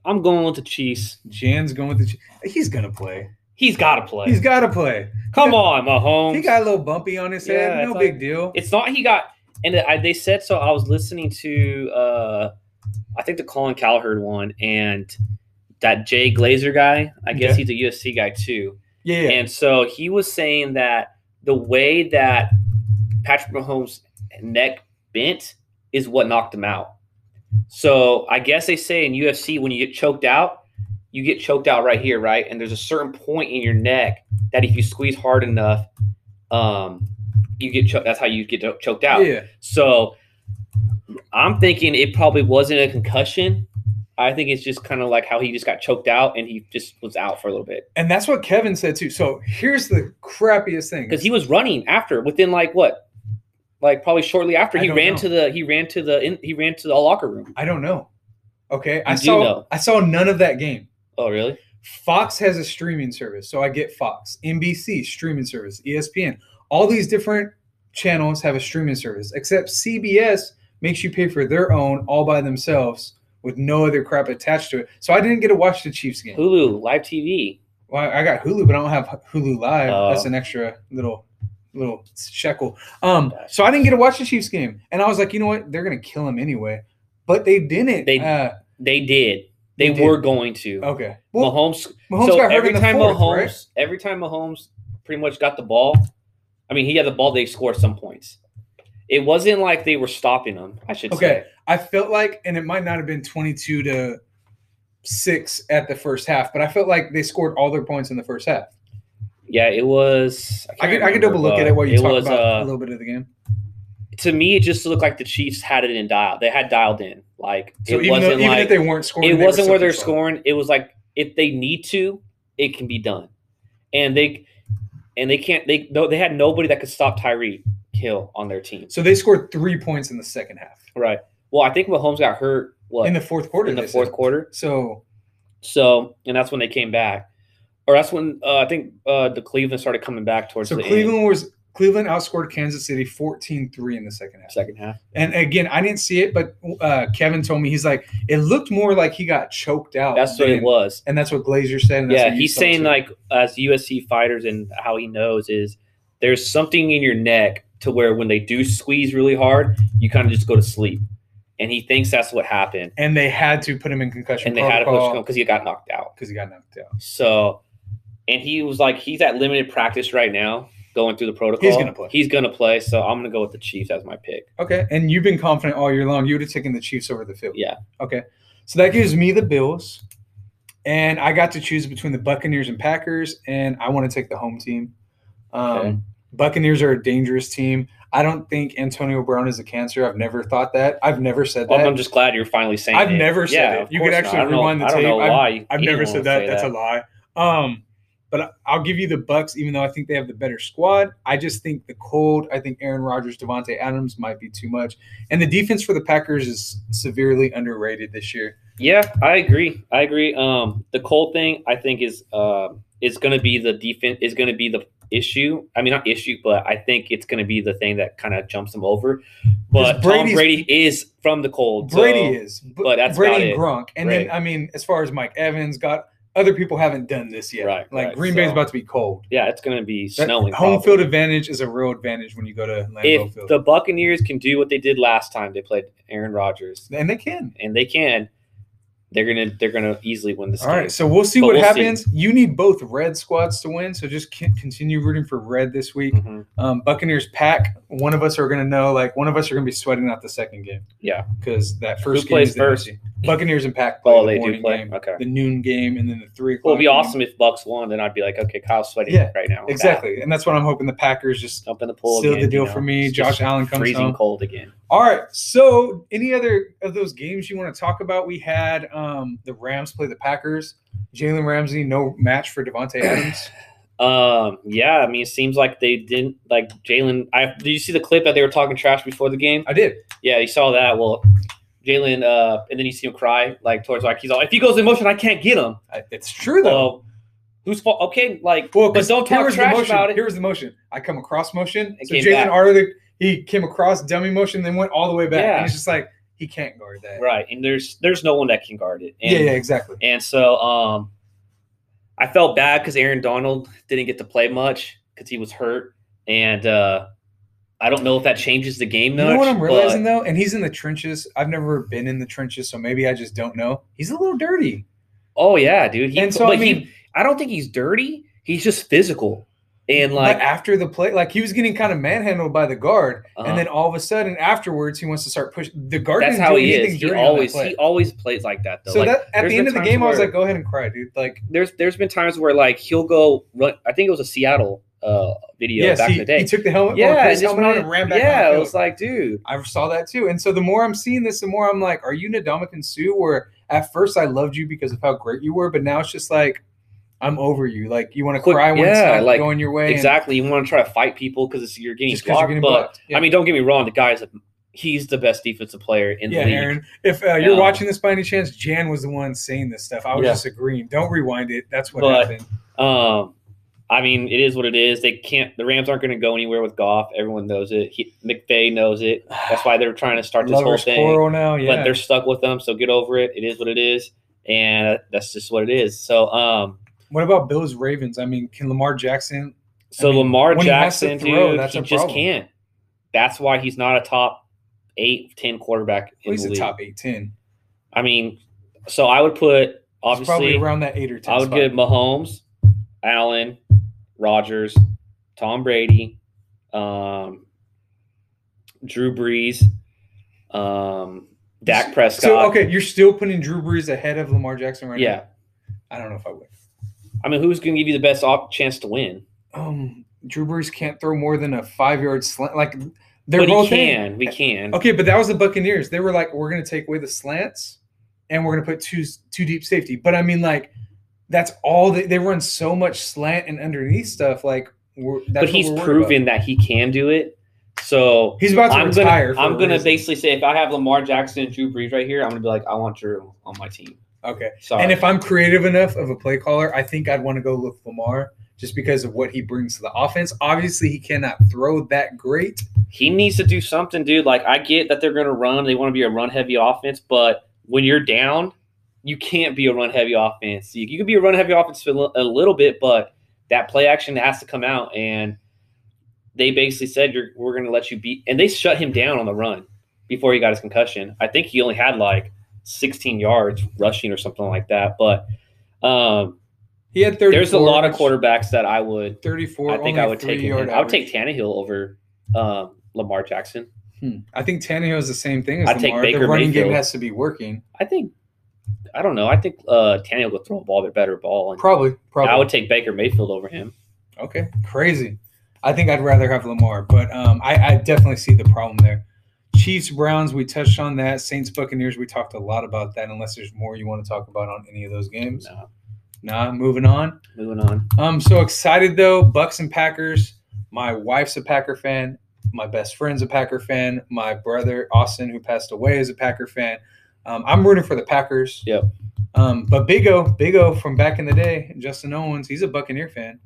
Speaker 2: I'm going with the Chiefs.
Speaker 3: Jan's going with the. Chiefs. He's gonna play.
Speaker 2: He's got to play.
Speaker 3: He's got to play.
Speaker 2: Come on, Mahomes.
Speaker 3: He got a little bumpy on his
Speaker 2: Yeah,
Speaker 3: head.
Speaker 2: it's
Speaker 3: No
Speaker 2: like-
Speaker 3: big deal.
Speaker 2: it's not he got. And I, they said so. I was listening to, uh I think the Colin Cowherd one, and that Jay Glazer guy. I guess
Speaker 3: Okay.
Speaker 2: he's a USC guy too.
Speaker 3: Yeah, yeah.
Speaker 2: And so he was saying that the way that Patrick Mahomes' neck bent is what knocked him out. So I guess they say in UFC when you get choked out, you get choked out right here, right? And there's a certain point in your neck that if you squeeze hard enough, um, you get choked. That's how you get cho- choked out.
Speaker 3: Yeah.
Speaker 2: So I'm thinking it probably wasn't a concussion. I think it's just kind of like how he just got choked out and he just was out for a little bit
Speaker 3: And that's what Kevin said too. So here's the crappiest thing.
Speaker 2: because he was running after within like what, like probably shortly after
Speaker 3: I
Speaker 2: he
Speaker 3: don't
Speaker 2: ran
Speaker 3: know.
Speaker 2: to the he ran to the in, he ran to the locker room.
Speaker 3: I don't know. Okay. I
Speaker 2: You do
Speaker 3: saw
Speaker 2: know.
Speaker 3: I saw none of that game.
Speaker 2: Oh really?
Speaker 3: Fox has a streaming service, so I get Fox, NBC streaming service, E ESPN. All these different channels have a streaming service, except CBS makes you pay for their own all by themselves with no other crap attached to it. So I didn't get to watch the Chiefs game.
Speaker 2: Hulu live TV.
Speaker 3: Well, I got Hulu, but I don't have Hulu Live.
Speaker 2: Oh.
Speaker 3: That's an extra little little shekel. Um, so I didn't get to watch the Chiefs game, and I was like, you know what? They're gonna kill him anyway, but they didn't.
Speaker 2: They-
Speaker 3: uh,
Speaker 2: They did. They,
Speaker 3: They did.
Speaker 2: were going to.
Speaker 3: okay. Well,
Speaker 2: Mahomes
Speaker 3: Mahomes
Speaker 2: so
Speaker 3: got hurt
Speaker 2: every
Speaker 3: in the
Speaker 2: time
Speaker 3: fourth,
Speaker 2: Mahomes,
Speaker 3: right?
Speaker 2: every time Mahomes pretty much got the ball, I mean, he had the ball. They scored some points. It wasn't like they were stopping him. I should
Speaker 3: Okay.
Speaker 2: say.
Speaker 3: I felt like, and it might not have been 22 to six at the first half, but I felt like they scored all their points in the first half.
Speaker 2: Yeah, it was.
Speaker 3: I
Speaker 2: can't
Speaker 3: could, I could
Speaker 2: remember,
Speaker 3: double look
Speaker 2: but
Speaker 3: at it while you
Speaker 2: it
Speaker 3: talk
Speaker 2: was,
Speaker 3: about a
Speaker 2: uh,
Speaker 3: little bit of the game.
Speaker 2: to me, it just looked like the Chiefs had it in dial. They had dialed in. Like
Speaker 3: So
Speaker 2: it
Speaker 3: even, though,
Speaker 2: wasn't
Speaker 3: even
Speaker 2: like
Speaker 3: if they weren't scoring,
Speaker 2: it
Speaker 3: they were
Speaker 2: wasn't where
Speaker 3: still
Speaker 2: they're
Speaker 3: controlling.
Speaker 2: scoring. It was like if they need to, it can be done, and they and they can't. They no, they had nobody that could stop Tyree Hill on their team.
Speaker 3: So they scored three points in the second half
Speaker 2: Right. Well, I think Mahomes got hurt. What
Speaker 3: in the fourth quarter.
Speaker 2: in the
Speaker 3: they said.
Speaker 2: fourth quarter.
Speaker 3: So
Speaker 2: So, and that's when they came back, or that's when uh, I think uh, the Cleveland started coming back towards
Speaker 3: so
Speaker 2: the
Speaker 3: Cleveland was Cleveland outscored Kansas City 14-3 in the second half.
Speaker 2: end, second half.
Speaker 3: And again, I didn't see it, but uh, Kevin told me he's like it looked more like he got choked out.
Speaker 2: That's what it
Speaker 3: than-
Speaker 2: was.
Speaker 3: And that's what Glazer said. And that's
Speaker 2: yeah,
Speaker 3: what you
Speaker 2: he's
Speaker 3: saw,
Speaker 2: saying
Speaker 3: too.
Speaker 2: like as USC fighters and how he knows is there's something in your neck to where when they do squeeze really hard, you kind of just go to sleep, and he thinks that's what happened,
Speaker 3: and they had to put him in concussion
Speaker 2: and they had to push
Speaker 3: protocol
Speaker 2: because he got knocked out.
Speaker 3: because he got knocked out.
Speaker 2: So, and he was like, he's at limited practice right now, going through the protocol.
Speaker 3: gonna play.
Speaker 2: He's gonna play. So I'm gonna go with the Chiefs as my pick.
Speaker 3: Okay, and you've been confident all year long. You would have taken the Chiefs over the field.
Speaker 2: Yeah.
Speaker 3: Okay, so that gives me the Bills, and I got to choose between the Buccaneers and Packers, and I want to take the home team. Um,
Speaker 2: Okay.
Speaker 3: Buccaneers are a dangerous team. I don't think Antonio Brown is a cancer. I've never thought that. I've never said
Speaker 2: Well,
Speaker 3: that.
Speaker 2: I'm just glad you're finally saying
Speaker 3: I've
Speaker 2: it.
Speaker 3: never said it.
Speaker 2: of
Speaker 3: You could
Speaker 2: course
Speaker 3: actually
Speaker 2: not. I don't know-
Speaker 3: rewind the
Speaker 2: I don't
Speaker 3: tape.
Speaker 2: know
Speaker 3: I've-
Speaker 2: why.
Speaker 3: I've
Speaker 2: he
Speaker 3: never
Speaker 2: didn't
Speaker 3: said
Speaker 2: wanna
Speaker 3: that.
Speaker 2: say
Speaker 3: That's a lie. Um, but I- I'll give you the Bucks, even though I think they have the better squad. I just think the cold. I think Aaron Rodgers, Devontae Adams might be too much, and the defense for the Packers is severely underrated this year.
Speaker 2: Yeah, I agree. I agree. Um, the Cole thing, I think, is uh, is going to be the defense is going to be the issue. I mean, not issue, but I think it's going to be the thing that kind of jumps them over. But Tom
Speaker 3: Brady's-
Speaker 2: Brady is from the cold. so-
Speaker 3: Brady is, b-
Speaker 2: but that's
Speaker 3: Brady
Speaker 2: about
Speaker 3: and
Speaker 2: it.
Speaker 3: Gronk, and then
Speaker 2: Right.
Speaker 3: I mean, as far as Mike Evans got, other people haven't done this yet.
Speaker 2: Right,
Speaker 3: like
Speaker 2: right,
Speaker 3: Green Bay's
Speaker 2: so-
Speaker 3: about to be cold.
Speaker 2: Yeah, it's going to be
Speaker 3: That
Speaker 2: snowing.
Speaker 3: home
Speaker 2: probably.
Speaker 3: field advantage is a real advantage when you go to Lambeau
Speaker 2: If
Speaker 3: Field,
Speaker 2: the Buccaneers can do what they did last time, they played Aaron Rodgers,
Speaker 3: and they can.
Speaker 2: and they can. They're gonna they're gonna easily win this
Speaker 3: All
Speaker 2: game.
Speaker 3: right, so we'll see
Speaker 2: But
Speaker 3: what
Speaker 2: we'll see.
Speaker 3: happens. You need both red squads to win, so just con- continue rooting for red this week.
Speaker 2: Mhm.
Speaker 3: Um, Buccaneers pack. One of us are going to know, like one of us are going to be sweating out the second game.
Speaker 2: Yeah.
Speaker 3: because that first game
Speaker 2: plays
Speaker 3: is the
Speaker 2: first?
Speaker 3: NFC. Buccaneers and pack play
Speaker 2: Oh,
Speaker 3: the
Speaker 2: they
Speaker 3: morning
Speaker 2: do play.
Speaker 3: game,
Speaker 2: Okay.
Speaker 3: the noon game, and then the three
Speaker 2: Well,
Speaker 3: o'clock.
Speaker 2: it'd be
Speaker 3: game.
Speaker 2: awesome if Bucks won. Then I'd be like, okay, Kyle's sweating
Speaker 3: Yeah,
Speaker 2: right now.
Speaker 3: Exactly, and that's what I'm hoping the Packers just.
Speaker 2: Up in the pool.
Speaker 3: Seal the
Speaker 2: again,
Speaker 3: deal
Speaker 2: you know.
Speaker 3: for me.
Speaker 2: It's
Speaker 3: Josh
Speaker 2: just
Speaker 3: Allen comes
Speaker 2: freezing
Speaker 3: home.
Speaker 2: cold again.
Speaker 3: All right. So, any other of those games you want to talk about? We had um, the Rams play the Packers. Jalen Ramsey, no match for Devontae Adams.
Speaker 2: Um, yeah, I mean, it seems like they didn't like Jalen. I did you see the clip that they were talking trash before the game?
Speaker 3: I did.
Speaker 2: Yeah, you saw that. Well, Jalen, uh, and then you see him cry like towards like he's all if he goes in motion, I can't get him.
Speaker 3: I, it's true though.
Speaker 2: Well, who's fault? Okay, like
Speaker 3: Well,
Speaker 2: But
Speaker 3: 'cause
Speaker 2: don't
Speaker 3: here
Speaker 2: talk
Speaker 3: was the
Speaker 2: trash
Speaker 3: motion.
Speaker 2: about it.
Speaker 3: Here was the motion. I come across motion.
Speaker 2: It
Speaker 3: so
Speaker 2: came
Speaker 3: Jalen
Speaker 2: back.
Speaker 3: Arter, he came across dummy motion, then went all the way back.
Speaker 2: Yeah.
Speaker 3: And it's just like he can't guard that.
Speaker 2: right, and there's there's no one that can guard it. And,
Speaker 3: Yeah, yeah, exactly.
Speaker 2: And so um, I felt bad because Aaron Donald didn't get to play much because he was hurt, and uh, I don't know if that changes the game.
Speaker 3: You
Speaker 2: Much,
Speaker 3: know what I'm
Speaker 2: but-
Speaker 3: realizing though, and he's in the trenches. I've never been in the trenches, so maybe I just don't know. He's a little dirty,
Speaker 2: Oh yeah, dude. He,
Speaker 3: and so
Speaker 2: but
Speaker 3: I mean,
Speaker 2: he, I don't think he's dirty. He's just physical. And
Speaker 3: Like
Speaker 2: like,
Speaker 3: after the play, like he was getting kind of manhandled by the guard,
Speaker 2: uh-huh.
Speaker 3: and then all of a sudden afterwards he wants to start pushing. The guard
Speaker 2: that's
Speaker 3: didn't
Speaker 2: how
Speaker 3: do
Speaker 2: he
Speaker 3: anything
Speaker 2: is. He
Speaker 3: during that
Speaker 2: always
Speaker 3: play.
Speaker 2: he always plays like that though.
Speaker 3: so
Speaker 2: like
Speaker 3: that at
Speaker 2: there's been
Speaker 3: the end of the
Speaker 2: times
Speaker 3: game, I was
Speaker 2: where-
Speaker 3: like, "Go ahead and cry, dude." Like,
Speaker 2: there's there's been times where like he'll go run. I think it was a Seattle uh video
Speaker 3: yes,
Speaker 2: back
Speaker 3: he,
Speaker 2: in the day.
Speaker 3: he took the helmet,
Speaker 2: yeah,
Speaker 3: yeah,
Speaker 2: and
Speaker 3: his
Speaker 2: just
Speaker 3: helmet on
Speaker 2: went-
Speaker 3: and ran back. on
Speaker 2: yeah,
Speaker 3: the
Speaker 2: it
Speaker 3: field.
Speaker 2: was like, dude,
Speaker 3: I saw that too. And so the more I'm seeing this, the more I'm like, are you Ndamukong Sue? Where at first I loved you because of how great you were, but now it's just like, I'm over you. Like you want to
Speaker 2: Quick-
Speaker 3: cry when it's
Speaker 2: yeah,
Speaker 3: not
Speaker 2: like,
Speaker 3: going your way. and
Speaker 2: exactly. You want to try to fight people because you're getting
Speaker 3: just because
Speaker 2: blocked.
Speaker 3: you're getting
Speaker 2: but
Speaker 3: blocked. Yeah.
Speaker 2: I mean, don't get me wrong. The guy's a, he's the best defensive player in
Speaker 3: yeah,
Speaker 2: the league.
Speaker 3: Aaron. If uh, you're
Speaker 2: Yeah.
Speaker 3: watching this by any chance, Jan was the one saying this stuff. I was
Speaker 2: Yeah.
Speaker 3: just agreeing. Don't rewind it. That's what
Speaker 2: But-
Speaker 3: happened.
Speaker 2: Um, I mean, it is what it is. They can't. The Rams aren't going to go anywhere with Goff. Everyone knows it. He, McVay knows it. That's why they're trying to start this whole
Speaker 3: Lovers
Speaker 2: thing.
Speaker 3: quarrel now. Yeah.
Speaker 2: But they're stuck with them, so get over it. It is what it is, and that's just what it is. So, um,
Speaker 3: what about Bills Ravens? I mean, can Lamar Jackson?
Speaker 2: so
Speaker 3: I mean,
Speaker 2: Lamar
Speaker 3: when he has to
Speaker 2: Jackson,
Speaker 3: throw,
Speaker 2: dude,
Speaker 3: that's
Speaker 2: he
Speaker 3: a
Speaker 2: just
Speaker 3: problem.
Speaker 2: can't. That's why he's not a top eight, ten quarterback in
Speaker 3: Well, he's
Speaker 2: the
Speaker 3: a
Speaker 2: league.
Speaker 3: top eight ten.
Speaker 2: I mean, so I would put
Speaker 3: He's probably
Speaker 2: obviously
Speaker 3: around that eight or ten.
Speaker 2: I would
Speaker 3: spot.
Speaker 2: give Mahomes, Allen, Rogers, Tom Brady, um, Drew Brees, um, Dak Prescott.
Speaker 3: So okay, you're still putting Drew Brees ahead of Lamar Jackson right now.
Speaker 2: Yeah,
Speaker 3: I don't know if I would.
Speaker 2: I mean, who's going to give you the best op- chance to win?
Speaker 3: Um, Drew Brees can't throw more than a five yard slant. Like they're
Speaker 2: but
Speaker 3: both
Speaker 2: he
Speaker 3: in.
Speaker 2: can. We can.
Speaker 3: Okay, but that was the Buccaneers. They were like, we're gonna take away the slants, and we're gonna put two two deep safety. But I mean, like, that's all they they run so much slant and underneath stuff. Like, we're, that's
Speaker 2: but
Speaker 3: what
Speaker 2: he's
Speaker 3: we're worried about.
Speaker 2: proven that he can do it. So
Speaker 3: he's about to
Speaker 2: I'm
Speaker 3: retire.
Speaker 2: gonna
Speaker 3: for a
Speaker 2: I'm gonna
Speaker 3: reason.
Speaker 2: basically say if I have Lamar Jackson and Drew Brees right here, I'm gonna be like, I want Drew on my team.
Speaker 3: okay.
Speaker 2: Sorry.
Speaker 3: And if I'm creative enough of a play caller, I think I'd want to go look Lamar just because of what he brings to the offense. Obviously, he cannot throw that great.
Speaker 2: he needs to do something, dude. Like I get that they're going to run, they want to be a run heavy offense, but when you're down, you can't be a run heavy offense. You, you can be a run heavy offense for a li- a little bit, but that play action has to come out. And they basically said, you're, "We're going to let you beat," and they shut him down on the run before he got his concussion. I think he only had like 16 yards rushing or something like that. But um,
Speaker 3: He had 34.
Speaker 2: there's a lot of
Speaker 3: which-
Speaker 2: quarterbacks that I would,
Speaker 3: 34.
Speaker 2: I think
Speaker 3: only
Speaker 2: I would
Speaker 3: three
Speaker 2: take.
Speaker 3: yard
Speaker 2: him. I would
Speaker 3: average.
Speaker 2: take Tannehill over um, Lamar Jackson.
Speaker 3: Hmm. I think Tannehill is the same thing as
Speaker 2: I'd take
Speaker 3: Lamar.
Speaker 2: Baker
Speaker 3: the running game
Speaker 2: Mayfield.
Speaker 3: has to be working.
Speaker 2: I think I don't know. I think uh Tannehill will throw a ball a bit better ball. And
Speaker 3: Probably. Probably.
Speaker 2: I would take Baker Mayfield over him.
Speaker 3: okay. Crazy. I think I'd rather have Lamar, but um, I, I definitely see the problem there. Chiefs, Browns, we touched on that. Saints, Buccaneers, we talked a lot about that. Unless there's more you want to talk about on any of those games.
Speaker 2: No.
Speaker 3: Nah, moving on.
Speaker 2: Moving on.
Speaker 3: I'm so excited though. Bucks and Packers. My wife's a Packer fan. My best friend's a Packer fan. My brother Austin, who passed away, is a Packer fan. Um, I'm rooting for the Packers.
Speaker 2: Yep.
Speaker 3: Um, but Big O, Big O from back in the day, Justin Owens, he's a Buccaneer fan.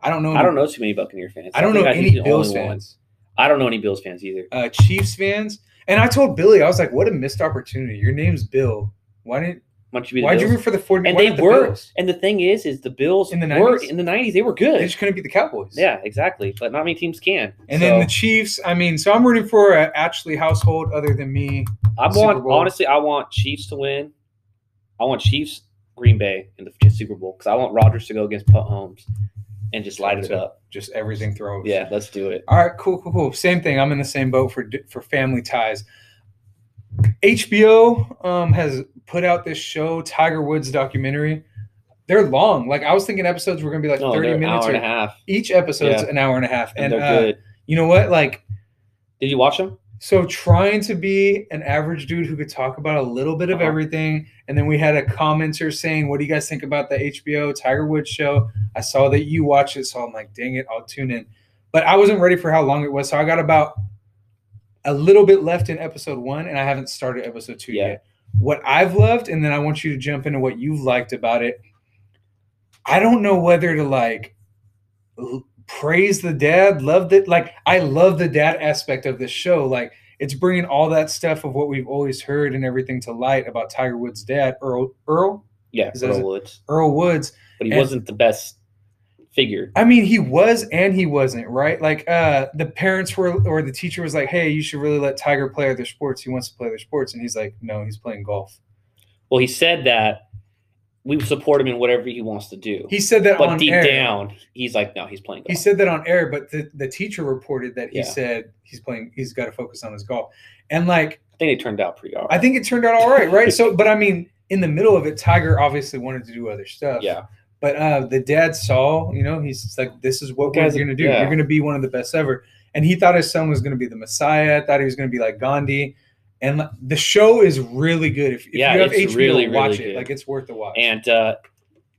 Speaker 3: I don't know.
Speaker 2: I don't know too many Buccaneer fans.
Speaker 3: Um, I don't know
Speaker 2: think he's
Speaker 3: any
Speaker 2: the
Speaker 3: Bills
Speaker 2: only one.
Speaker 3: fans,
Speaker 2: I don't know any Bills fans either.
Speaker 3: uh, Chiefs fans, and I told Billy, I was like, "What a missed opportunity! Your name's Bill. Why didn't?
Speaker 2: Why don't you be the
Speaker 3: Why'd you
Speaker 2: Bills?
Speaker 3: root for the 49ers?
Speaker 2: and
Speaker 3: why
Speaker 2: they
Speaker 3: not the
Speaker 2: were
Speaker 3: Bills?
Speaker 2: and the thing is is the Bills
Speaker 3: In the
Speaker 2: were
Speaker 3: 90s?
Speaker 2: in the nineties, they were good.
Speaker 3: They just couldn't beat the Cowboys.
Speaker 2: yeah, exactly. But not many teams can.
Speaker 3: And
Speaker 2: So,
Speaker 3: then the Chiefs. I mean, so I'm rooting for a actually household other than me.
Speaker 2: I
Speaker 3: Super
Speaker 2: want
Speaker 3: Bowl.
Speaker 2: honestly I want Chiefs to win. I want Chiefs Green Bay in the Super Bowl because I want Rodgers to go against Punt Holmes and just light it
Speaker 3: So-
Speaker 2: up.
Speaker 3: Just everything throws.
Speaker 2: Yeah, let's do it.
Speaker 3: All right. Cool. Cool. Cool. Same thing. I'm in the same boat for di- for family ties. HBO um, has put out this show, Tiger Woods documentary. They're long. Like I was thinking, episodes were gonna be like
Speaker 2: No,
Speaker 3: 30
Speaker 2: they're an
Speaker 3: minutes.
Speaker 2: hour and
Speaker 3: Or,
Speaker 2: a half.
Speaker 3: each episode's
Speaker 2: Yeah.
Speaker 3: an hour and a half.
Speaker 2: And,
Speaker 3: And,
Speaker 2: they're
Speaker 3: uh,
Speaker 2: good.
Speaker 3: you know what? Like
Speaker 2: Did you watch them?
Speaker 3: So trying to be an average dude who could talk about a little bit of
Speaker 2: Uh-huh.
Speaker 3: everything, and then we had a commenter saying, "What do you guys think about the HBO Tiger Woods show?" I saw that you watched it, so I'm like, "Dang it, I'll tune in." But I wasn't ready for how long it was, so I got about a little bit left in episode one, and I haven't started episode two
Speaker 2: Yeah.
Speaker 3: yet. What I've loved, and then I want you to jump into what you've liked about it. I don't know whether to like l- praise the dad, love that. Like, I love the dad aspect of this show. Like, it's bringing all that stuff of what we've always heard and everything to light about Tiger Woods' dad, Earl Earl
Speaker 2: Yeah,
Speaker 3: Is that-
Speaker 2: Earl Woods.
Speaker 3: Earl Woods.
Speaker 2: But he
Speaker 3: and-
Speaker 2: wasn't the best figure.
Speaker 3: I mean, he was and he wasn't, right? Like uh the parents were or the teacher was like, "Hey, you should really let Tiger play other sports. He wants to play other sports." And he's like, "No, he's playing golf."
Speaker 2: Well, he said that we support him in whatever he wants to do.
Speaker 3: He said that
Speaker 2: but
Speaker 3: on
Speaker 2: deep
Speaker 3: air.
Speaker 2: down, he's like, no, he's playing
Speaker 3: He
Speaker 2: golf.
Speaker 3: said that on air, but the, the teacher reported that he
Speaker 2: Yeah.
Speaker 3: said he's playing. He's got to focus on his golf, and like
Speaker 2: I think it turned out pretty all
Speaker 3: I
Speaker 2: right.
Speaker 3: think it turned out all right, right? So, but I mean, in the middle of it, Tiger obviously wanted to do other stuff.
Speaker 2: Yeah.
Speaker 3: But uh, the dad saw, you know, he's just like, "This is what we're
Speaker 2: Guys,
Speaker 3: going to do.
Speaker 2: yeah.
Speaker 3: You're going to be one of the best ever." And he thought his son was going to be the Messiah. Thought he was going to be like Gandhi. And like, the show is really good. If, if
Speaker 2: Yeah,
Speaker 3: you have
Speaker 2: it's
Speaker 3: HBO,
Speaker 2: really,
Speaker 3: watch
Speaker 2: really
Speaker 3: it.
Speaker 2: good.
Speaker 3: Like it's worth the watch.
Speaker 2: And uh,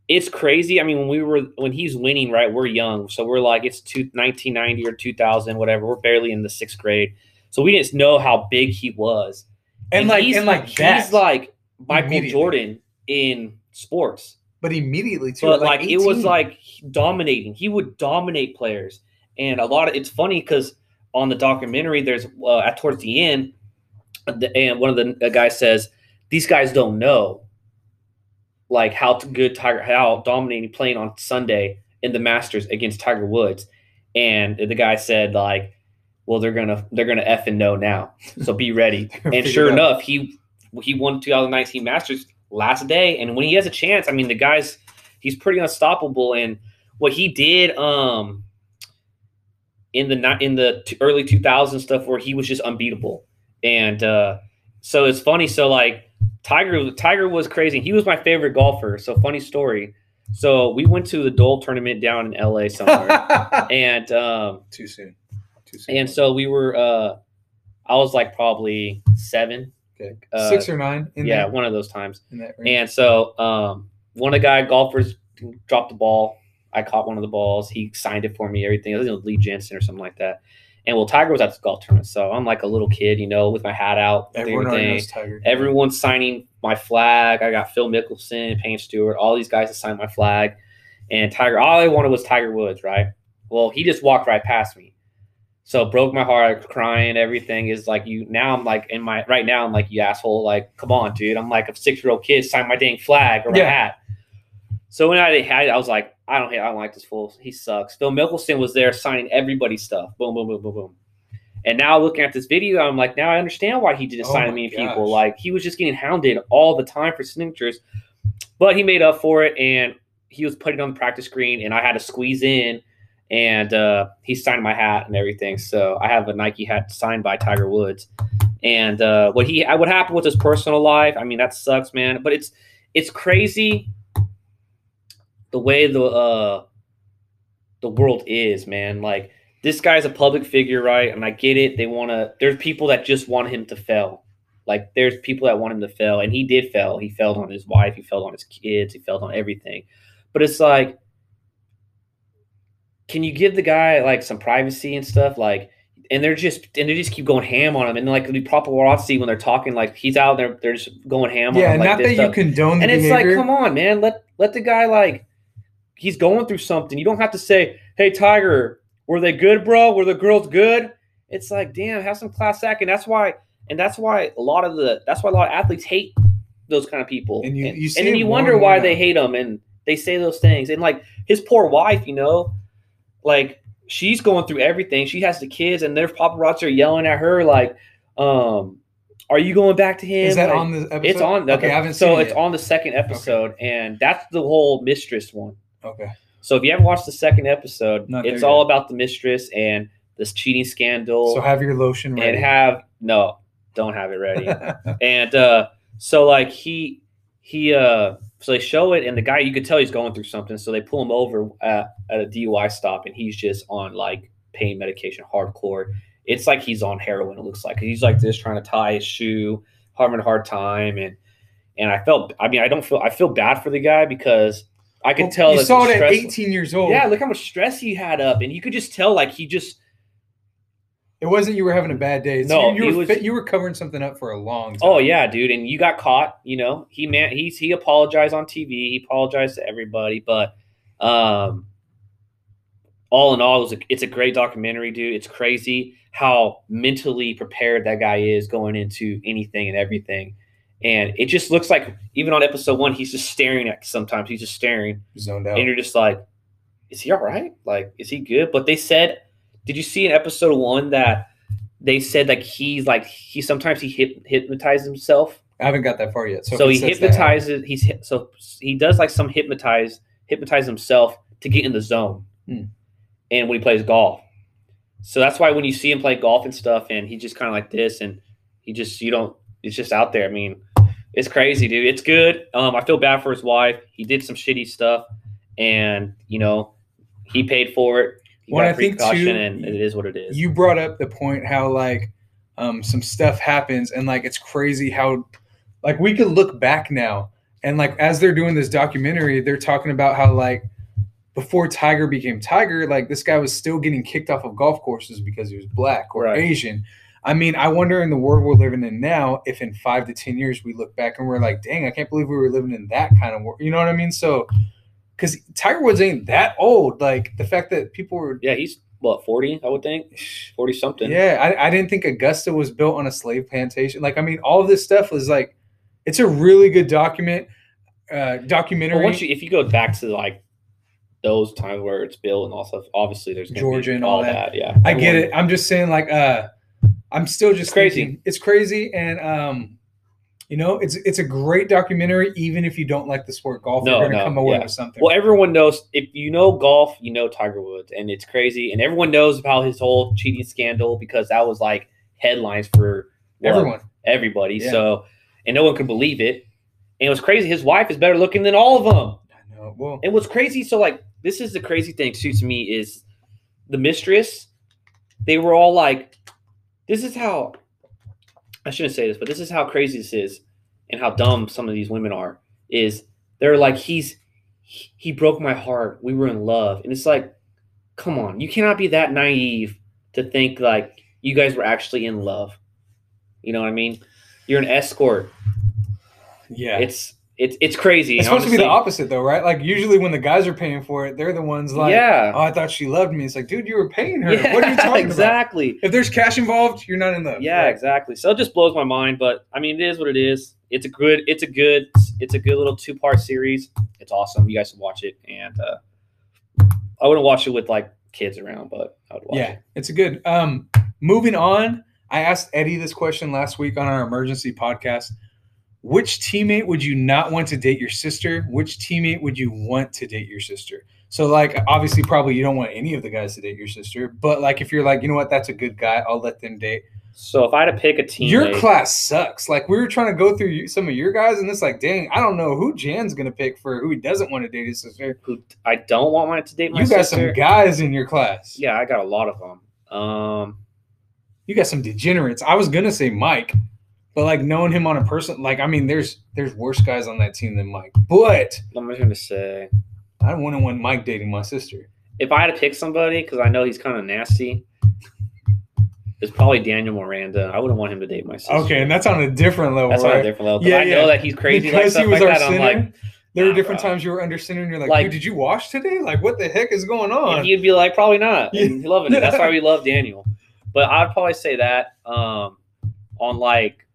Speaker 2: it's crazy. I mean, when we were when he's winning, right? We're young, so we're like it's two, 1990 or 2000, whatever. We're barely in the sixth grade, so we didn't know how big he was.
Speaker 3: And, like
Speaker 2: he's,
Speaker 3: and like
Speaker 2: he's
Speaker 3: that,
Speaker 2: like Michael
Speaker 3: Immediately.
Speaker 2: Jordan in sports,
Speaker 3: but immediately too.
Speaker 2: but
Speaker 3: at,
Speaker 2: like, it was
Speaker 3: 18.
Speaker 2: like dominating. He would dominate players, and a lot of it's funny because on the documentary, there's uh, at towards the end, the, and one of the uh, guys says these guys don't know like how t- good Tiger, how dominating playing on Sunday in the Masters against Tiger Woods, and the guy said like, well they're gonna they're gonna f and know now, so be ready. and
Speaker 3: Figured
Speaker 2: sure
Speaker 3: out.
Speaker 2: enough, he he won 2019 Masters last day, and when he has a chance, I mean the guy's he's pretty unstoppable. And what he did um in the ni- in the t- early 2000 stuff where he was just unbeatable, and uh, so it's funny. So like Tiger Tiger was crazy. He was my favorite golfer. So funny story. So we went to the Dole tournament down in LA somewhere, and um,
Speaker 3: too soon. Too soon.
Speaker 2: and so we were. Uh, I was like probably seven.
Speaker 3: Okay.
Speaker 2: uh,
Speaker 3: six or nine. In
Speaker 2: yeah,
Speaker 3: That,
Speaker 2: one of those times.
Speaker 3: in that range.
Speaker 2: And so um, one of the guy golfers dropped the ball. I caught one of the balls. He signed it for me. Everything. I think it was Lee Jensen or something like that. And well, Tiger was at this golf tournament, so I'm like a little kid, you know, with my hat out. doing
Speaker 3: Everyone already
Speaker 2: thing.
Speaker 3: knows Tiger.
Speaker 2: Everyone's signing my flag. I got Phil Mickelson, Payne Stewart, all these guys to sign my flag. And Tiger, all I wanted was Tiger Woods, right? Well, he just walked right past me. So it broke my heart, crying, everything is like you now I'm like in my right now I'm like, you asshole, like, come on, dude. I'm like a six year old kid, sign my dang flag or my
Speaker 3: Yeah.
Speaker 2: hat. So when I had it, I was like, I don't hate, I don't like this fool. He sucks. Phil Mickelson was there signing everybody's stuff. Boom, boom, boom, boom, boom. And now looking at this video, I'm like, now I understand why he didn't
Speaker 3: Oh
Speaker 2: sign
Speaker 3: my
Speaker 2: many
Speaker 3: gosh.
Speaker 2: people. Like he was just getting hounded all the time for signatures, but he made up for it and he was putting it on the practice screen, and I had to squeeze in, and uh, he signed my hat and everything. So I have a Nike hat signed by Tiger Woods. And uh, what he what happened with his personal life? I mean, that sucks, man. But it's it's crazy the way the uh, the world is, man. Like this guy's a public figure, right? And I get it. They want to. There's people that just want him to fail. Like there's people that want him to fail, and he did fail. He failed on his wife. He failed on his kids. He failed on everything. But it's like, can you give the guy like some privacy and stuff? Like, and they're just and they just keep going ham on him, and like the paparazzi when they're talking, like he's out there, they're just going ham on
Speaker 3: yeah,
Speaker 2: him. like,
Speaker 3: not
Speaker 2: this
Speaker 3: that
Speaker 2: stuff
Speaker 3: you condone the
Speaker 2: and it's like
Speaker 3: behavior.
Speaker 2: come on man let let the guy like he's going through something you don't have to say hey tiger were they good bro were the girls good it's like damn have some class act and that's why and that's why a lot of the that's why a lot of athletes hate those kind of people
Speaker 3: And you-
Speaker 2: and,
Speaker 3: you see
Speaker 2: and then
Speaker 3: it
Speaker 2: you
Speaker 3: more
Speaker 2: wonder
Speaker 3: and
Speaker 2: why
Speaker 3: more
Speaker 2: they
Speaker 3: now.
Speaker 2: hate him and they say those things and like his poor wife you know like she's going through everything she has the kids and their paparazzi are yelling at her like um are you going back to him
Speaker 3: Is that
Speaker 2: Like,
Speaker 3: on the episode?
Speaker 2: it's on.
Speaker 3: Okay, I haven't
Speaker 2: so
Speaker 3: seen
Speaker 2: it's
Speaker 3: it.
Speaker 2: on the second episode, and that's the whole mistress one.
Speaker 3: Okay.
Speaker 2: So if you haven't watched the second episode,
Speaker 3: Not
Speaker 2: it's
Speaker 3: there
Speaker 2: all about the mistress and this cheating scandal.
Speaker 3: So have your lotion
Speaker 2: and
Speaker 3: ready.
Speaker 2: have no, don't have it ready. and uh, so like he he uh, so they show it, and the guy you could tell he's going through something. So they pull him over at, at a DUI stop, and he's just on like pain medication, hardcore. It's like he's on heroin. It looks like he's like this, trying to tie his shoe, having a hard time, and and I felt. I mean, I don't feel. I feel bad for the guy because I could
Speaker 3: Well,
Speaker 2: tell
Speaker 3: you
Speaker 2: that's
Speaker 3: saw it at
Speaker 2: stressful.
Speaker 3: 18 years old.
Speaker 2: Yeah, look how much stress he had up, and you could just tell like he just
Speaker 3: It wasn't you were having a bad day. It's
Speaker 2: Mm-hmm. No,
Speaker 3: you, you
Speaker 2: he
Speaker 3: were
Speaker 2: was-
Speaker 3: fit, you were covering something up for a long time.
Speaker 2: Oh yeah, dude, and you got caught. You know, he man, he's he apologized on TV. He apologized to everybody, but um, all in all, it was a, it's a great documentary, dude. It's crazy how mentally prepared that guy is going into anything and everything, and it just looks like even on episode one, he's just staring at. Sometimes he's just staring,
Speaker 3: zoned out.
Speaker 2: and you're just like, is he all right? Like, is he good? But they said, did you see in episode one that they said like he's like he sometimes he hip, hypnotizes himself
Speaker 3: I haven't got that far yet. So,
Speaker 2: So he
Speaker 3: if it says that,
Speaker 2: hypnotizes. He's hy- so he does like some hypnotize hypnotize himself to get in the zone,
Speaker 3: Hmm.
Speaker 2: and when he plays golf. So that's why when you see him play golf and stuff, and he just kind of like this, and he just you don't. It's just out there. I mean, it's crazy, dude. It's good. Um, I feel bad for his wife. He did some shitty stuff, and you know, he paid for it. He
Speaker 3: Well,
Speaker 2: got
Speaker 3: I think,
Speaker 2: precaution,
Speaker 3: too,
Speaker 2: and it is what it is.
Speaker 3: you brought up the point how like um, some stuff happens and like it's crazy how like we could look back now and like as they're doing this documentary they're talking about how like before tiger became tiger like this guy was still getting kicked off of golf courses because he was black or
Speaker 2: Right.
Speaker 3: asian i mean i wonder in the world we're living in now if in five to ten years we look back and we're like dang i can't believe we were living in that kind of world you know what i mean so because tiger woods ain't that old like the fact that people were
Speaker 2: yeah, he's what forty, I would think, forty something.
Speaker 3: yeah, I, I didn't think Augusta was built on a slave plantation. Like, I mean, all this stuff was like, it's a really good document, uh, documentary.
Speaker 2: But once you, if you go back to like those times where it's built and all stuff, obviously there's gonna be
Speaker 3: Georgia and all that.
Speaker 2: Yeah,
Speaker 3: I get it. I'm just saying, like, uh, I'm still just
Speaker 2: It's crazy.
Speaker 3: thinking- it's crazy, and um, you know, it's it's a great documentary, even if you don't like the sport golf.
Speaker 2: No,
Speaker 3: you're gonna
Speaker 2: no,
Speaker 3: come away
Speaker 2: yeah.
Speaker 3: with something.
Speaker 2: Well, everyone knows if you know golf, you know Tiger Woods, and it's crazy. And everyone knows about his whole cheating scandal because that was like headlines for what,
Speaker 3: everyone.
Speaker 2: everybody.
Speaker 3: Yeah.
Speaker 2: So, and no one could believe it. And it was crazy. His wife is better looking than all of them.
Speaker 3: I know. Well,
Speaker 2: And what's crazy, so like this is the crazy thing too to me is the mistress, they were all like, This is how I shouldn't say this, but this is how crazy this is and how dumb some of these women are. Is they're like, He's he he broke my heart. We were in love. And it's like, come on, you cannot be that naive to think like you guys were actually in love. You know what I mean? You're an escort.
Speaker 3: yeah. It's,
Speaker 2: It's it's it's crazy. and
Speaker 3: supposed to be the
Speaker 2: honestly-
Speaker 3: opposite, though, right? Like, usually when the guys are paying for it, they're the ones like,
Speaker 2: yeah.
Speaker 3: "Oh, I thought she loved me." It's like, dude, you were paying her. what are you talking about?
Speaker 2: exactly.
Speaker 3: If there's cash involved, you're not in love.
Speaker 2: Yeah,
Speaker 3: Right.
Speaker 2: exactly. So it just blows my mind, but I mean, it is what it is. It's a good, it's a good, it's a good little two part series. It's awesome. You guys should watch it, and uh, I wouldn't watch it with like kids around, but I would watch
Speaker 3: Yeah,
Speaker 2: it.
Speaker 3: it's a good. Um, moving on, I asked Eddie this question last week on our emergency podcast. Which teammate would you not want to date your sister? Which teammate would you want to date your sister? So, like, obviously, probably you don't want any of the guys to date your sister, but like, if you're like, you know what, that's a good guy, I'll let them date.
Speaker 2: So if I had to pick a team,
Speaker 3: Your class sucks. Like, we were trying to go through you- some of your guys, and it's like, dang, I don't know who Jan's gonna pick for who he doesn't want to date his sister.
Speaker 2: who I don't want my to date my
Speaker 3: You got
Speaker 2: sister.
Speaker 3: some guys in your class.
Speaker 2: yeah, I got a lot of them. Um,
Speaker 3: you got some degenerates. I was gonna say Mike, but like knowing him on a person, like I mean, there's there's worse guys on that team than Mike. But
Speaker 2: I'm just gonna say
Speaker 3: I don't want to want Mike dating my sister.
Speaker 2: if I had to pick somebody because I know he's kind of nasty. It's probably Daniel Miranda. I wouldn't want him to date my sister.
Speaker 3: Okay, and that's on a different level,
Speaker 2: That's on a
Speaker 3: right?
Speaker 2: different level. 'cause
Speaker 3: Yeah,
Speaker 2: I
Speaker 3: yeah.
Speaker 2: know that he's crazy like
Speaker 3: Because
Speaker 2: stuff
Speaker 3: he was
Speaker 2: like
Speaker 3: our
Speaker 2: that.
Speaker 3: center.
Speaker 2: I'm like,
Speaker 3: there were
Speaker 2: nah,
Speaker 3: different
Speaker 2: bro.
Speaker 3: times you were under center, and you're like,
Speaker 2: uh, Like-
Speaker 3: dude, did you wash today? Like, what the heck is going on?
Speaker 2: and he'd be like, probably not. And he loving it. That's why we love Daniel. But I'd probably say that um, on like,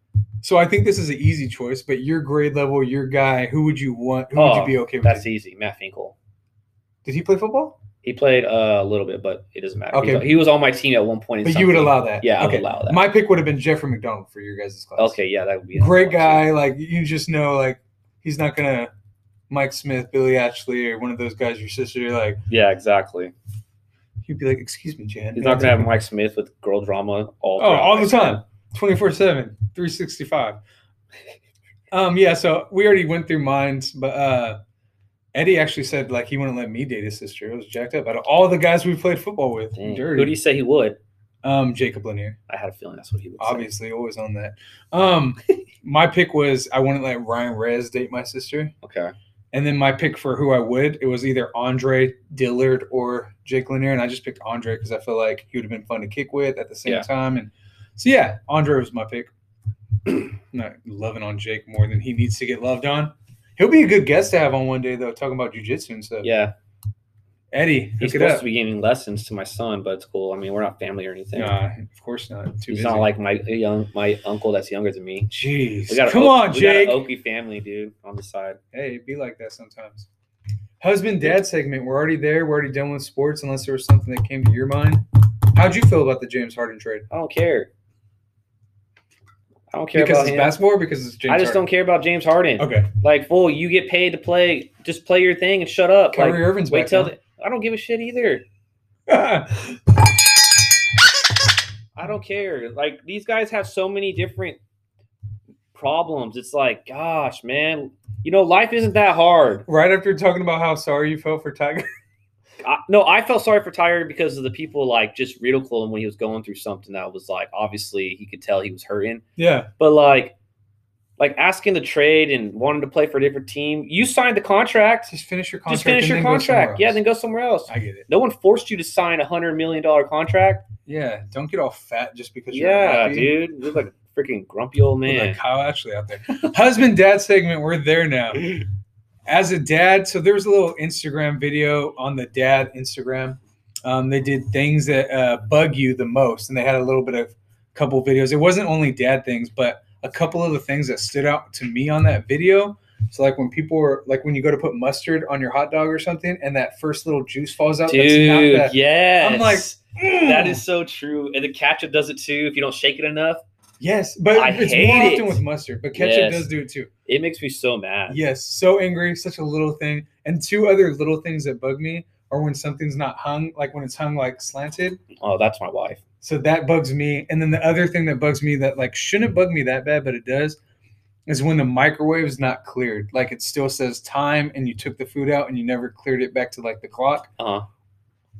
Speaker 3: so I think this is an easy choice, but your grade level, your guy, who would you want? Who would
Speaker 2: Oh,
Speaker 3: you be okay with?
Speaker 2: that's easy. Matt Finkel.
Speaker 3: Did he play football?
Speaker 2: He played uh, a little bit, but it doesn't matter.
Speaker 3: Okay.
Speaker 2: He, he was on my team at one point. in
Speaker 3: But you would
Speaker 2: something.
Speaker 3: allow that?
Speaker 2: Yeah, I would
Speaker 3: okay.
Speaker 2: allow that.
Speaker 3: My pick would have been Jeffrey McDonald for your guys' class.
Speaker 2: Okay, yeah, that would be
Speaker 3: great guy. Like you just know, like he's not gonna Mike Smith, Billy Ashley, or one of those guys. Your sister, like
Speaker 2: Yeah, exactly.
Speaker 3: you'd be like, "Excuse me, Jan."
Speaker 2: He's not gonna have Mike Smith with girl drama all.
Speaker 3: Oh, all the
Speaker 2: throughout.
Speaker 3: time, twenty four seven, three sixty five. Um, yeah. So we already went through mines, but uh, Eddie actually said like he wouldn't let me date his sister. It was jacked up. Out of all the guys we played football with,
Speaker 2: Dang.
Speaker 3: dirty.
Speaker 2: Who do you say he would?
Speaker 3: um, Jacob Lanier.
Speaker 2: I had a feeling that's what he would. say.
Speaker 3: obviously always on that. Um, my pick was I wouldn't let Ryan Rez date my sister.
Speaker 2: Okay.
Speaker 3: And then my pick for who I would, it was either Andre Dillard or Jake Lanier, and I just picked Andre because I feel like he would have been fun to kick with at the same
Speaker 2: Yeah.
Speaker 3: time. And so yeah, Andre was my pick. Not loving on Jake more than he needs to get loved on. He'll be a good guest to have on one day though, talking about jujitsu and stuff.
Speaker 2: Yeah,
Speaker 3: Eddie, hook
Speaker 2: he's
Speaker 3: it
Speaker 2: supposed
Speaker 3: up.
Speaker 2: to be giving lessons to my son, but it's cool. I mean, we're not family or anything.
Speaker 3: nah, of course not. Too
Speaker 2: He's
Speaker 3: busy.
Speaker 2: not like my young my uncle that's younger than me.
Speaker 3: Jeez,
Speaker 2: We got a
Speaker 3: come
Speaker 2: Oak-
Speaker 3: on,
Speaker 2: we got a
Speaker 3: Jake.
Speaker 2: Okie family, dude, on the side.
Speaker 3: hey, it be like that sometimes. Husband dad segment. We're already there. We're already done with sports, unless there was something that came to your mind. How'd you feel about the James Harden trade?
Speaker 2: I don't care. I don't care
Speaker 3: Because
Speaker 2: about
Speaker 3: it's
Speaker 2: him.
Speaker 3: basketball or because it's James
Speaker 2: I just don't care about James Harden.
Speaker 3: Okay.
Speaker 2: Like, fool, you get paid to play. Just play your thing and shut up.
Speaker 3: Kyrie
Speaker 2: Like,
Speaker 3: Irving's
Speaker 2: wait
Speaker 3: back
Speaker 2: till
Speaker 3: now.
Speaker 2: the, I don't give a shit either. I don't care. Like these guys have so many different problems. It's like, gosh, man, you know, life isn't that hard.
Speaker 3: right after talking about how sorry you felt for Tiger.
Speaker 2: I, no, I felt sorry for Tyre because of the people like just ridiculed him when he was going through something that was like obviously he could tell he was hurting.
Speaker 3: yeah.
Speaker 2: But like like asking to trade and wanting to play for a different team, you signed the contract.
Speaker 3: Just finish your contract.
Speaker 2: Just finish
Speaker 3: and
Speaker 2: your
Speaker 3: then go somewhere
Speaker 2: contract. Yeah,
Speaker 3: else.
Speaker 2: then go somewhere else.
Speaker 3: I get it.
Speaker 2: No one forced you to sign a hundred million dollar contract.
Speaker 3: Yeah. Don't get all fat just because you're
Speaker 2: Yeah,
Speaker 3: happy.
Speaker 2: dude. You look like a freaking grumpy old
Speaker 3: Look
Speaker 2: man.
Speaker 3: Like Kyle Ashley out there. Husband dad segment, we're there now. As a dad, so there's a little Instagram video on the dad Instagram. Um, they did things that uh, bug you the most, and they had a little bit of couple videos. It wasn't only dad things, but a couple of the things that stood out to me on that video. So like when people were like when you go to put mustard on your hot dog or something, and that first little juice falls out. that's not
Speaker 2: Dude,
Speaker 3: that-
Speaker 2: yes.
Speaker 3: I'm like, "Hmm."
Speaker 2: that is so true. And the ketchup does it too. If you don't shake it enough,
Speaker 3: yes, but
Speaker 2: I
Speaker 3: it's
Speaker 2: hate
Speaker 3: more
Speaker 2: it.
Speaker 3: often with mustard. But
Speaker 2: Yes.
Speaker 3: ketchup does do it too.
Speaker 2: it makes me so mad.
Speaker 3: Yes, so angry, such a little thing. And two other little things that bug me are when something's not hung, like when it's hung like slanted.
Speaker 2: Oh, that's my wife.
Speaker 3: So that bugs me. And then the other thing that bugs me that like shouldn't bug me that bad, but it does, is when the microwave's not cleared. Like it still says time and you took the food out and you never cleared it back to like the clock.
Speaker 2: Uh-huh.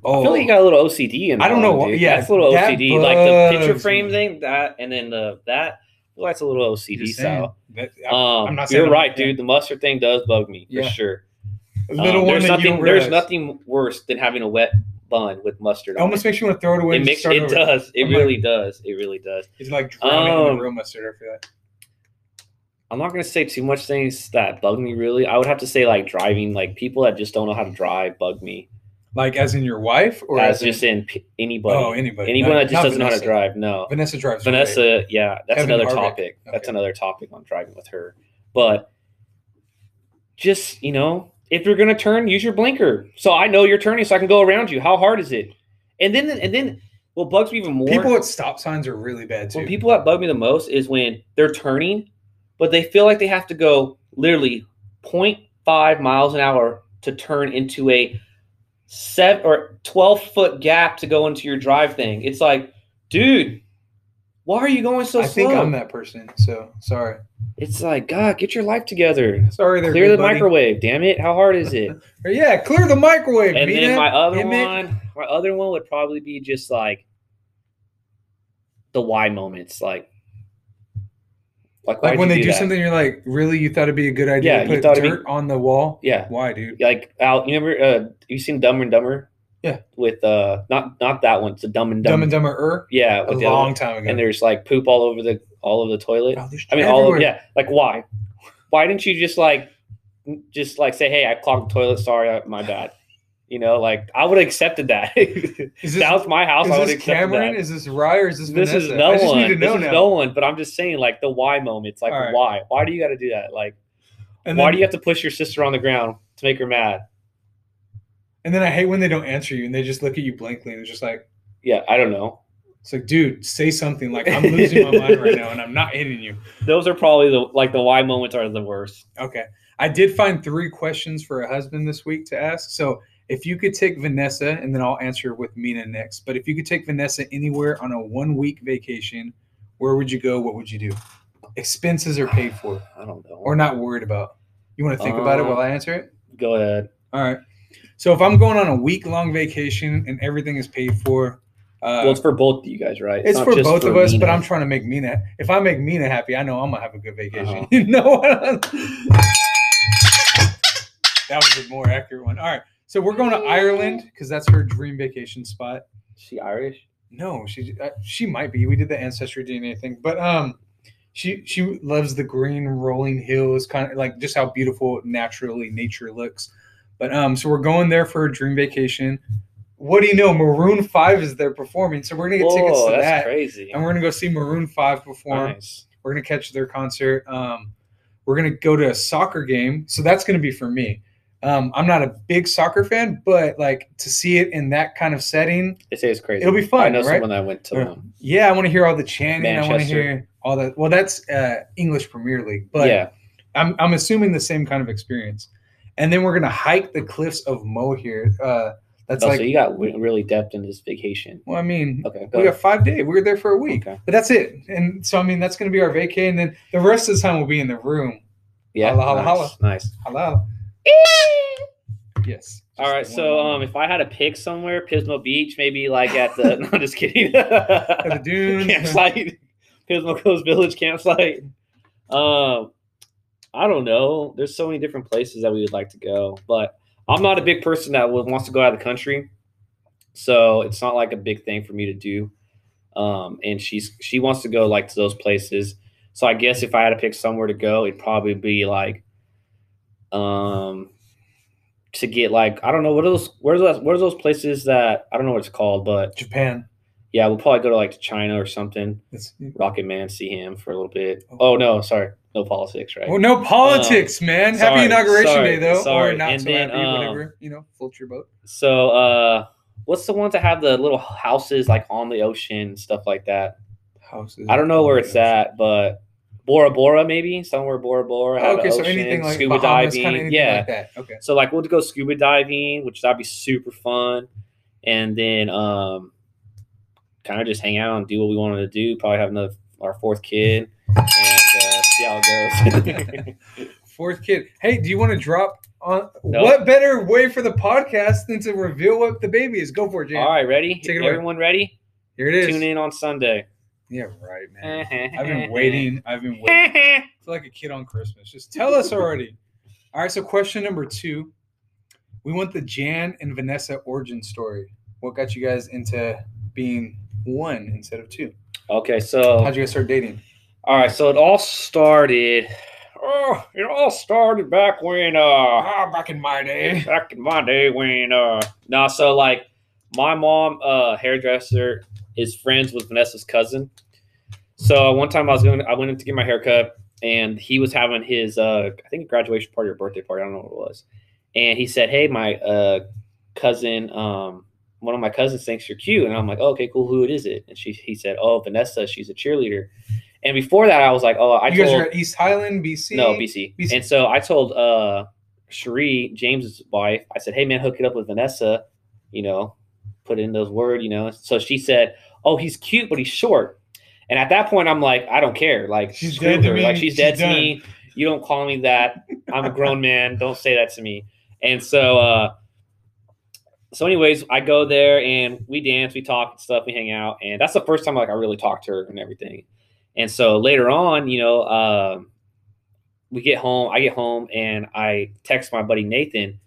Speaker 3: Oh,
Speaker 2: I feel like you got a little OCD in.
Speaker 3: I don't
Speaker 2: that
Speaker 3: know
Speaker 2: one,
Speaker 3: why-
Speaker 2: dude.
Speaker 3: yeah,
Speaker 2: that's a little
Speaker 3: that
Speaker 2: OCD. Like the picture
Speaker 3: bugs
Speaker 2: frame
Speaker 3: me.
Speaker 2: thing, that, and then the that. Well, that's a little OCD
Speaker 3: just saying.
Speaker 2: style.
Speaker 3: That- uh,
Speaker 2: Um,
Speaker 3: I'm not saying
Speaker 2: you're
Speaker 3: I'm-
Speaker 2: right, dude. The mustard thing does bug me for
Speaker 3: Yeah.
Speaker 2: sure.
Speaker 3: a
Speaker 2: Um,
Speaker 3: little one
Speaker 2: there's
Speaker 3: that you
Speaker 2: nothing.
Speaker 3: don't
Speaker 2: there's
Speaker 3: realize.
Speaker 2: nothing worse than having a wet bun with mustard.
Speaker 3: It
Speaker 2: on
Speaker 3: almost makes you want to throw it away.
Speaker 2: it, it
Speaker 3: and
Speaker 2: makes
Speaker 3: start
Speaker 2: it
Speaker 3: over.
Speaker 2: does. It
Speaker 3: I'm like-
Speaker 2: really does. It really does.
Speaker 3: It's like drowning in
Speaker 2: Um,
Speaker 3: the real mustard. I feel like.
Speaker 2: I'm not gonna say too much things that bug me really. I would have to say like driving, like people that just don't know how to drive bug me.
Speaker 3: Like as in your wife or
Speaker 2: That's
Speaker 3: as in-
Speaker 2: just in p- anybody.
Speaker 3: oh anybody
Speaker 2: Anyone
Speaker 3: Not-
Speaker 2: that just
Speaker 3: not
Speaker 2: doesn't know how to
Speaker 3: Vanessa.
Speaker 2: drive. No,
Speaker 3: Vanessa drives. great.
Speaker 2: Vanessa. Yeah, that's
Speaker 3: Kevin
Speaker 2: another
Speaker 3: Harvick.
Speaker 2: topic. That's
Speaker 3: Okay.
Speaker 2: another topic on driving with her. But just you know, if you're gonna turn, use your blinker. So I know you're turning, so I can go around you. How hard is it? And then and then what bugs me even more
Speaker 3: People at stop signs are really bad too.
Speaker 2: when people that bug me the most is when they're turning, but they feel like they have to go literally 0.5 miles an hour to turn into a seven or 12 foot gap to go into your drive thing. It's like, dude, why are you going so
Speaker 3: I
Speaker 2: slow?
Speaker 3: think I'm that person. So sorry.
Speaker 2: it's like, God, get your life together.
Speaker 3: Sorry there.
Speaker 2: Clear
Speaker 3: good
Speaker 2: the
Speaker 3: buddy.
Speaker 2: microwave, damn it. How hard is it?
Speaker 3: Or, Yeah, clear the microwave.
Speaker 2: and
Speaker 3: Mina.
Speaker 2: then my other
Speaker 3: Emmett.
Speaker 2: one, my other one would probably be just like the why moments, like like,
Speaker 3: like
Speaker 2: why'd
Speaker 3: when
Speaker 2: you
Speaker 3: they do,
Speaker 2: that?
Speaker 3: something, you're like, really? You thought it'd be a good idea
Speaker 2: Yeah,
Speaker 3: to
Speaker 2: you
Speaker 3: put
Speaker 2: thought it'd be-
Speaker 3: dirt on the wall?
Speaker 2: Yeah,
Speaker 3: Why, dude?
Speaker 2: like Al, you remember? Uh, you seen Dumber and Dumber?
Speaker 3: Yeah.
Speaker 2: With uh, not not that one. It's a Dumb and Dumber.
Speaker 3: Dumb and Dumber. Er,
Speaker 2: yeah,
Speaker 3: a
Speaker 2: with the other
Speaker 3: long
Speaker 2: one.
Speaker 3: time ago.
Speaker 2: And there's like poop all over the all over the toilet.
Speaker 3: Oh, there's
Speaker 2: I mean, all of,
Speaker 3: everywhere.
Speaker 2: yeah. Like why? Why didn't you just like just like say, hey, I clogged the toilet. Sorry, I- my bad. You know, like I would have accepted that. that
Speaker 3: Is this,
Speaker 2: was my house. I
Speaker 3: is
Speaker 2: would
Speaker 3: this
Speaker 2: accept
Speaker 3: Cameron?
Speaker 2: that.
Speaker 3: Is this Rye? Or is this
Speaker 2: this
Speaker 3: Vanessa?
Speaker 2: is no
Speaker 3: I just
Speaker 2: one.
Speaker 3: need to know
Speaker 2: this is
Speaker 3: now.
Speaker 2: no one. But I'm just saying, like the why moments. Like
Speaker 3: All right.
Speaker 2: why? Why do you got to do that? Like
Speaker 3: and
Speaker 2: why
Speaker 3: then,
Speaker 2: do you have to push your sister on the ground to make her mad?
Speaker 3: And then I hate when they don't answer you and they just look at you blankly and it's just like,
Speaker 2: Yeah, I don't know.
Speaker 3: it's like, dude, say something. Like I'm losing my mind right now and I'm not hitting you.
Speaker 2: Those are probably the like the why moments are the worst.
Speaker 3: Okay. I did find three questions for a husband this week to ask. So if you could take Vanessa, and then I'll answer with Mina next, but if you could take Vanessa anywhere on a one week vacation, where would you go? What would you do? Expenses are paid for
Speaker 2: I don't know.
Speaker 3: or not worried about. You want to think about it while I answer it?
Speaker 2: Go ahead.
Speaker 3: All right. So if I'm going on a week long vacation and everything is paid for, uh,
Speaker 2: well, it's for both of you guys, right?
Speaker 3: it's
Speaker 2: not
Speaker 3: for
Speaker 2: just
Speaker 3: both of us,
Speaker 2: Mina.
Speaker 3: but I'm trying to make Mina. If I make Mina happy, I know I'm gonna have a good vacation.
Speaker 2: Uh-huh.
Speaker 3: you know what? I'm- that was a more accurate one. All right, so we're going to Ireland because that's her dream vacation spot.
Speaker 2: she Irish.
Speaker 3: No, she uh, she might be. We did the ancestry DNA thing, but um, she she loves the green rolling hills, kind of like just how beautiful naturally nature looks. But um, so we're going there for a dream vacation. What do you know? Maroon Five is there performing, so we're gonna get tickets
Speaker 2: Whoa,
Speaker 3: to
Speaker 2: that's
Speaker 3: that
Speaker 2: crazy.
Speaker 3: and we're gonna go see Maroon Five perform.
Speaker 2: Nice.
Speaker 3: We're gonna catch their concert. Um, we're gonna go to a soccer game, so that's gonna be for me. Um, I'm not a big soccer fan, but like to see it in that kind of setting,
Speaker 2: They say it's crazy.
Speaker 3: It'll be
Speaker 2: I
Speaker 3: fun,
Speaker 2: know
Speaker 3: right?
Speaker 2: someone that went to
Speaker 3: Yeah.
Speaker 2: one.
Speaker 3: yeah, I want to hear all the chanting. I want to
Speaker 2: Manchester.
Speaker 3: hear all that. Well, that's uh, English Premier League, but
Speaker 2: yeah,
Speaker 3: I'm, I'm assuming the same kind of experience. And then we're gonna hike the cliffs of Mohair. Uh, that's
Speaker 2: oh,
Speaker 3: like,
Speaker 2: so you got w- really depth in this vacation.
Speaker 3: well, I mean,
Speaker 2: Okay, go
Speaker 3: we
Speaker 2: ahead.
Speaker 3: got five days. We were there for a week,
Speaker 2: Okay.
Speaker 3: but that's it. And so, I mean, that's gonna be our vacay, and then the rest of the time we'll be in the room.
Speaker 2: yeah,
Speaker 3: Holla, holla,
Speaker 2: nice,
Speaker 3: holla.
Speaker 2: nice.
Speaker 3: Halal. Yes.
Speaker 2: All right,
Speaker 3: Just
Speaker 2: so
Speaker 3: one.
Speaker 2: um, if I had to pick somewhere, Pismo Beach, maybe like at the. no, I'm just kidding. the
Speaker 3: the dunes.
Speaker 2: campsite, Pismo Coast Village campsite. Um, I don't know. There's so many different places that we would like to go, but I'm not a big person that would, wants to go out of the country, so it's not like a big thing for me to do. Um, and she's she wants to go like to those places, so I guess if I had to pick somewhere to go, it'd probably be like, um, to get like I don't know what are those what are those what are those places that I don't know what it's called, but
Speaker 3: Japan.
Speaker 2: yeah, we'll probably go to like China or something.
Speaker 3: It's,
Speaker 2: Rocket Man, see him for a little bit. Oh no, sorry, no politics, right?
Speaker 3: well, Oh, no politics, man.
Speaker 2: Um, sorry,
Speaker 3: Happy inauguration
Speaker 2: sorry,
Speaker 3: day, though,
Speaker 2: sorry.
Speaker 3: or not
Speaker 2: And
Speaker 3: so
Speaker 2: then,
Speaker 3: happy,
Speaker 2: um,
Speaker 3: whatever. You know, float your boat.
Speaker 2: So, uh, what's the ones that have the little houses like on the ocean, stuff like that?
Speaker 3: Houses.
Speaker 2: I don't know where it's at, but Bora Bora maybe somewhere Bora Bora. have
Speaker 3: Okay,
Speaker 2: the
Speaker 3: so
Speaker 2: ocean,
Speaker 3: anything like
Speaker 2: scuba
Speaker 3: Bahamas,
Speaker 2: diving,
Speaker 3: kind of anything
Speaker 2: yeah.
Speaker 3: like that. Okay.
Speaker 2: So like we'll go scuba diving, which that'd be super fun, and then um, kind of just hang out and do what we wanted to do. Probably have another our fourth kid and uh, see how it goes.
Speaker 3: Fourth kid. Hey, do you want to drop on?
Speaker 2: No.
Speaker 3: What better way for the podcast than to reveal what the baby is? Go for it, Jan.
Speaker 2: All right, ready?
Speaker 3: Take it away.
Speaker 2: Everyone ready?
Speaker 3: Here it is.
Speaker 2: Tune in on Sunday.
Speaker 3: Yeah, right, man. I've
Speaker 2: I've
Speaker 3: been waiting. I've been waiting.
Speaker 2: Wait.
Speaker 3: It's like a kid on Christmas. Just tell us already. All right. So question number two, we want the Jan and Vanessa origin story. What got you guys into being one instead of two?
Speaker 2: okay, so
Speaker 3: How'd you guys start dating?
Speaker 2: all right, so it all started. Oh, it all started back when uh
Speaker 3: Ah, back in my day.
Speaker 2: back in my day when uh no so like my mom uh hairdresser is friends with vanessa's cousin so one time i was going i went in to get my haircut and he was having his uh i think graduation party or birthday party i don't know what it was and he said hey my uh cousin um one of my cousins thinks you're cute and i'm like oh, okay cool who is it and she he said oh vanessa she's a cheerleader and before that i was like oh i
Speaker 3: you guys
Speaker 2: told
Speaker 3: are at East Highland, BC.
Speaker 2: no, BC.
Speaker 3: BC.
Speaker 2: And so I told uh Cherie, James's wife, I said, Hey man, hook it up with Vanessa, you know, put in those words, you know. So she said, Oh, he's cute, but he's short. And at that point I'm like, I don't care. Like
Speaker 3: She's
Speaker 2: screw
Speaker 3: dead to
Speaker 2: her.
Speaker 3: me.
Speaker 2: Like she's dead
Speaker 3: She's
Speaker 2: to me. You don't call me that. I'm a grown man. Don't say that to me. And so uh so anyways, I go there and we dance, we talk and stuff, we hang out, and that's the first time like I really talked to her and everything. And so later on, you know, um, we get home. I get home and I text my buddy Nathan.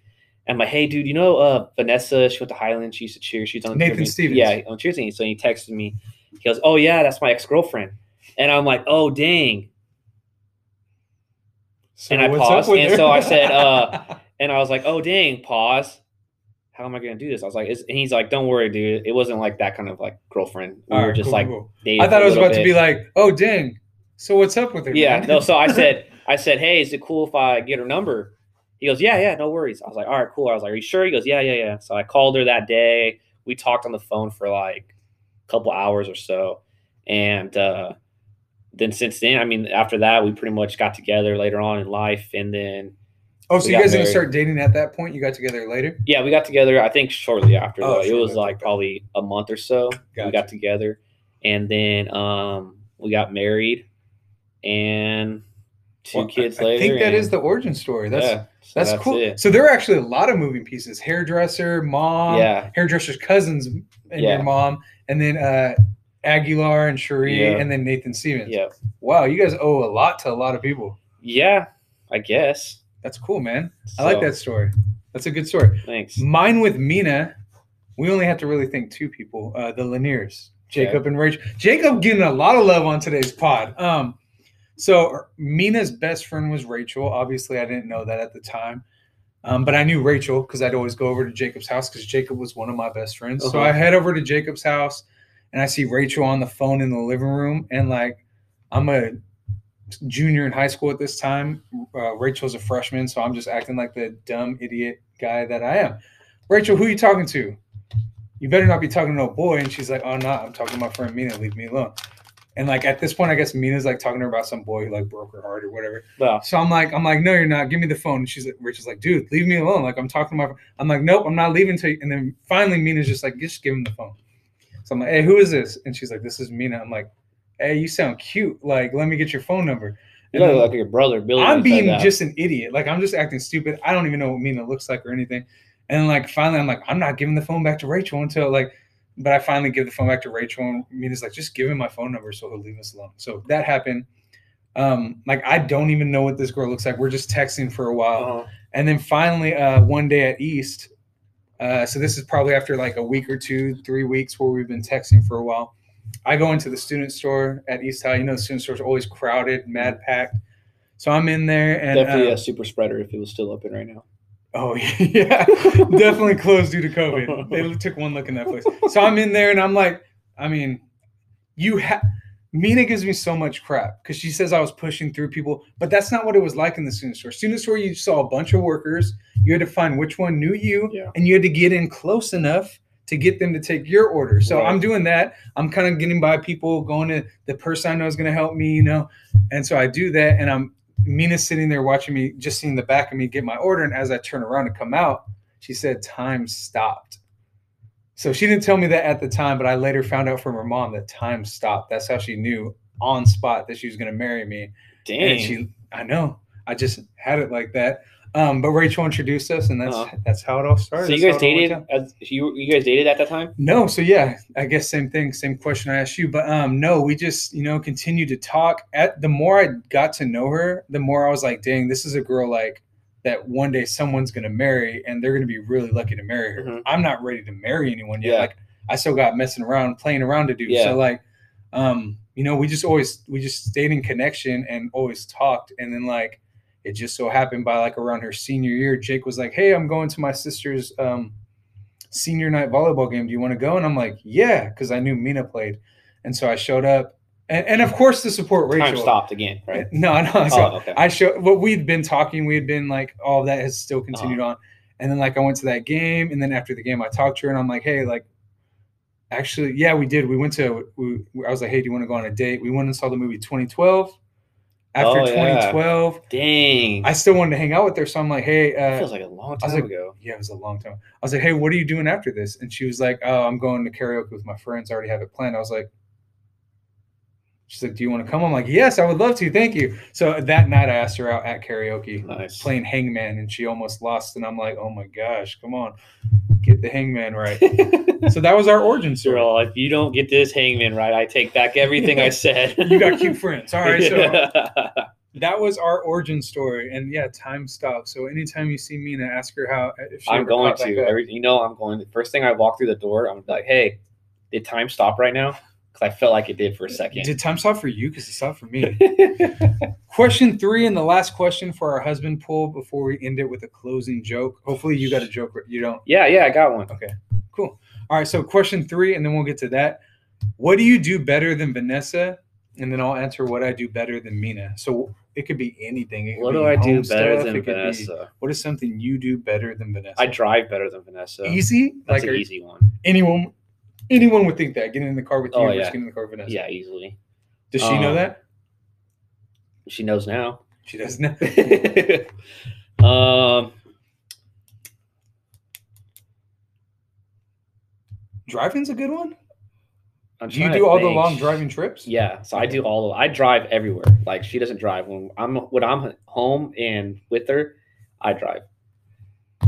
Speaker 2: I'm like, hey, dude, you know uh, Vanessa? She went to Highland. She used to cheer. She's on
Speaker 3: Nathan
Speaker 2: cheerleading-
Speaker 3: Stevens.
Speaker 2: Yeah, on cheer team. So he texted me. He goes, oh yeah, that's my ex girlfriend. And I'm like, oh dang.
Speaker 3: So
Speaker 2: and I
Speaker 3: what's up
Speaker 2: paused,
Speaker 3: with
Speaker 2: and
Speaker 3: her?
Speaker 2: so I said, uh, And I was like, oh dang, pause. How am I gonna do this? I was like, it's, and he's like, don't worry, dude. It wasn't like that kind of like girlfriend. We
Speaker 3: All
Speaker 2: were
Speaker 3: right,
Speaker 2: just
Speaker 3: cool,
Speaker 2: like
Speaker 3: cool.
Speaker 2: dating
Speaker 3: I
Speaker 2: a
Speaker 3: thought it was
Speaker 2: little
Speaker 3: about to
Speaker 2: bit."
Speaker 3: be like, oh, dang. So what's up with her?
Speaker 2: Yeah,
Speaker 3: man?
Speaker 2: no. So I said, I said, hey, is it cool if I get her number? He goes, yeah, yeah, no worries. I was like, all right, cool. I was like, are you sure? He goes, yeah, yeah, yeah. So I called her that day. We talked on the phone for like a couple hours or so, and uh, then since then, I mean, after that, we pretty much got together later on in life, and then
Speaker 3: oh, so
Speaker 2: we
Speaker 3: you
Speaker 2: got
Speaker 3: guys didn't
Speaker 2: married.
Speaker 3: start dating at that point? You got together later?
Speaker 2: yeah, we got together. I think shortly after,
Speaker 3: Oh,
Speaker 2: though. it
Speaker 3: shortly
Speaker 2: was
Speaker 3: after,
Speaker 2: like
Speaker 3: okay.
Speaker 2: probably a month or so. we got together and then um we got married and two
Speaker 3: Well, I-
Speaker 2: kids
Speaker 3: I,
Speaker 2: later
Speaker 3: think that
Speaker 2: and-
Speaker 3: is the origin story. That's
Speaker 2: yeah, so
Speaker 3: that's, cool.
Speaker 2: it.
Speaker 3: So there are actually a lot of moving pieces: hairdresser, mom,
Speaker 2: yeah
Speaker 3: hairdresser's cousins, and
Speaker 2: Yeah.
Speaker 3: your mom, and then uh, Aguilar and Cherie,
Speaker 2: Yeah.
Speaker 3: and then Nathan Stevens.
Speaker 2: yeah
Speaker 3: Wow, you guys owe a lot to a lot of people.
Speaker 2: yeah i guess
Speaker 3: That's cool, man. I like
Speaker 2: So,
Speaker 3: that Mm-hmm. story. That's a good story.
Speaker 2: thanks
Speaker 3: Mine with Mina, we only have to really think two people: uh, the Laniers, Jacob and Rachel. Jacob getting a lot of love on today's pod. Um, so Mina's best friend was Rachel. Obviously, I didn't know that at the time, um, but I knew Rachel because I'd always go over to Jacob's house because Jacob was one of my best friends. So
Speaker 2: Uh-huh.
Speaker 3: I head over to Jacob's house, and I see Rachel on the phone in the living room, and like I'm a junior in high school at this time. Uh, Rachel's a freshman, so I'm just acting like the dumb idiot guy that I am. Rachel, who you talking to? You better not be talking to no boy. And she's like, Oh, no, I'm talking to my friend Mina. Leave me alone. And like at this point, I guess Mina's like talking to her about some boy who like broke her heart or whatever.
Speaker 2: Wow.
Speaker 3: So I'm like, I'm like, no, you're not. Give me the phone. And she's like, Rich is like, dude, leave me alone. Like I'm talking to my. I'm like, nope, I'm not leaving till. You. And then finally, Mina's just like, just give him the phone. So I'm like, hey, who is this? And she's like, this is Mina. I'm like, hey, you sound cute. Like, let me get your phone number.
Speaker 2: You look like your brother, Billy.
Speaker 3: I'm
Speaker 2: when you said
Speaker 3: being
Speaker 2: that.
Speaker 3: just an idiot. Like I'm just acting stupid. I don't even know what Mina looks like or anything. And like finally, I'm like, I'm not giving the phone back to Rachel until like. But I finally give the phone back to Rachel, and Mina's like, just give him my phone number so he'll leave us alone. So that happened. Um, like I don't even know what this girl looks like. We're just texting for a while,
Speaker 2: Uh-huh.
Speaker 3: and then finally, uh, one day at East. Uh, so this is probably after like a week or two, three weeks where we've been texting for a while. I go into the student store at East High. You know, the student store is always crowded, mad packed. So I'm in there, and
Speaker 2: Definitely
Speaker 3: uh,
Speaker 2: a super spreader if it was still open right now.
Speaker 3: Oh yeah, definitely closed due to COVID. They took one look in that place. So I'm in there and I'm like, I mean, you have. Mina gives me so much crap because she says I was pushing through people, but that's not what it was like in the student store. Student store, you saw a bunch of workers. You had to find which one knew you,
Speaker 2: Yeah.
Speaker 3: and you had to get in close enough to get them to take your order. So
Speaker 2: Right.
Speaker 3: I'm doing that. I'm kind of getting by people, going to the person I know is going to help me, you know. And so I do that, and I'm Mina's sitting there watching me, just seeing the back of me get my order. And as I turn around and come out, she said, Time stopped. So she didn't tell me that at the time, but I later found out from her mom that time stopped. That's how she knew on spot that she was going to marry me.
Speaker 2: Dang.
Speaker 3: And she, I know, I just had it like that. Um, but Rachel introduced us, and that's
Speaker 2: Uh-huh.
Speaker 3: that's how it all started.
Speaker 2: so you guys
Speaker 3: That's how it all went
Speaker 2: dated
Speaker 3: down.
Speaker 2: as you you guys dated at that time?
Speaker 3: No, so yeah, I guess same thing, same question I asked you, but um, no, we just you know continued to talk. At the more I got to know her, the more I was like, dang, this is a girl like that one day someone's gonna marry, and they're gonna be really lucky to marry her.
Speaker 2: Mhm.
Speaker 3: I'm not ready to marry anyone yet.
Speaker 2: Yeah.
Speaker 3: Like I still got messing around, playing around to do.
Speaker 2: Yeah.
Speaker 3: So like, um, you know, we just always we just stayed in connection and always talked, and then like it just so happened by like around her senior year, Jake was like, "Hey, I'm going to my sister's um, senior night volleyball game. Do you want to go?" And I'm like, "Yeah," because I knew Mina played, and so I showed up, and, and of course to support
Speaker 2: Time
Speaker 3: Rachel.
Speaker 2: stopped again, right?
Speaker 3: No, no, so
Speaker 2: Oh, okay.
Speaker 3: I show what we'd been talking, we had been like all that has still
Speaker 2: Uh-huh.
Speaker 3: continued on. And then like I went to that game, and then after the game, I talked to her, and I'm like, hey, like, actually, yeah, we did. We went to. We, I was like, hey, do you want to go on a date? We went and saw the movie 2012. After
Speaker 2: Oh, yeah.
Speaker 3: 2012,
Speaker 2: Dang.
Speaker 3: I still wanted to hang out with her, so I'm like, hey,
Speaker 2: that
Speaker 3: uh,
Speaker 2: feels like a long
Speaker 3: I was
Speaker 2: time
Speaker 3: like-
Speaker 2: ago.
Speaker 3: yeah, it was a long time. I was like, hey, what are you doing after this? And she was like, oh, I'm going to karaoke with my friends. I already have it planned. I was like, she's like, do you want to come? I'm like, yes, I would love to. Thank you. So that night, I asked her out at karaoke
Speaker 2: Nice.
Speaker 3: playing Hangman, and she almost lost. And I'm like, oh my gosh, come on, get the Hangman right. so that was our origin story.
Speaker 2: Cyril, if you don't get this hangman right, I take back everything I said.
Speaker 3: You got cute friends. All right, so
Speaker 2: Yeah.
Speaker 3: that was our origin story. And yeah, time stopped. So anytime you see Mina, ask her how. If she
Speaker 2: I'm
Speaker 3: ever
Speaker 2: going
Speaker 3: caught back
Speaker 2: to.
Speaker 3: up.
Speaker 2: Every, you know, I'm going. The first thing I walk through the door, I'm like, hey, did time stop right now? Because I felt like it did for a second.
Speaker 3: Did time stop for you? Because it stopped for me. question three and the last question for our husband poll before we end it with a closing joke. Hopefully, you got a joke. You don't.
Speaker 2: yeah, yeah, I got one.
Speaker 3: Cool. All right. So, question three, and then we'll get to that. What do you do better than Vanessa? And then I'll answer what I do better than Mina. So it could be anything. It could
Speaker 2: What
Speaker 3: be
Speaker 2: do I
Speaker 3: home
Speaker 2: do better
Speaker 3: stuff. It
Speaker 2: than
Speaker 3: could be-
Speaker 2: Vanessa?
Speaker 3: what is something you do better than Vanessa?
Speaker 2: I drive better than Vanessa.
Speaker 3: easy.
Speaker 2: That's
Speaker 3: like
Speaker 2: an
Speaker 3: are-
Speaker 2: easy one.
Speaker 3: anyone, anyone would think that getting in the car with you
Speaker 2: Oh,
Speaker 3: or
Speaker 2: yeah.
Speaker 3: just getting in the car with Vanessa.
Speaker 2: Yeah, easily.
Speaker 3: Does she know
Speaker 2: Um,
Speaker 3: that?
Speaker 2: She knows now.
Speaker 3: She doesn't. know.
Speaker 2: um,
Speaker 3: Driving's a good one.
Speaker 2: I'm
Speaker 3: Do you
Speaker 2: trying to
Speaker 3: do all the
Speaker 2: think.
Speaker 3: long driving trips?
Speaker 2: Yeah, so I do all of. I drive everywhere. Like she doesn't drive when I'm when I'm home and with her, I drive.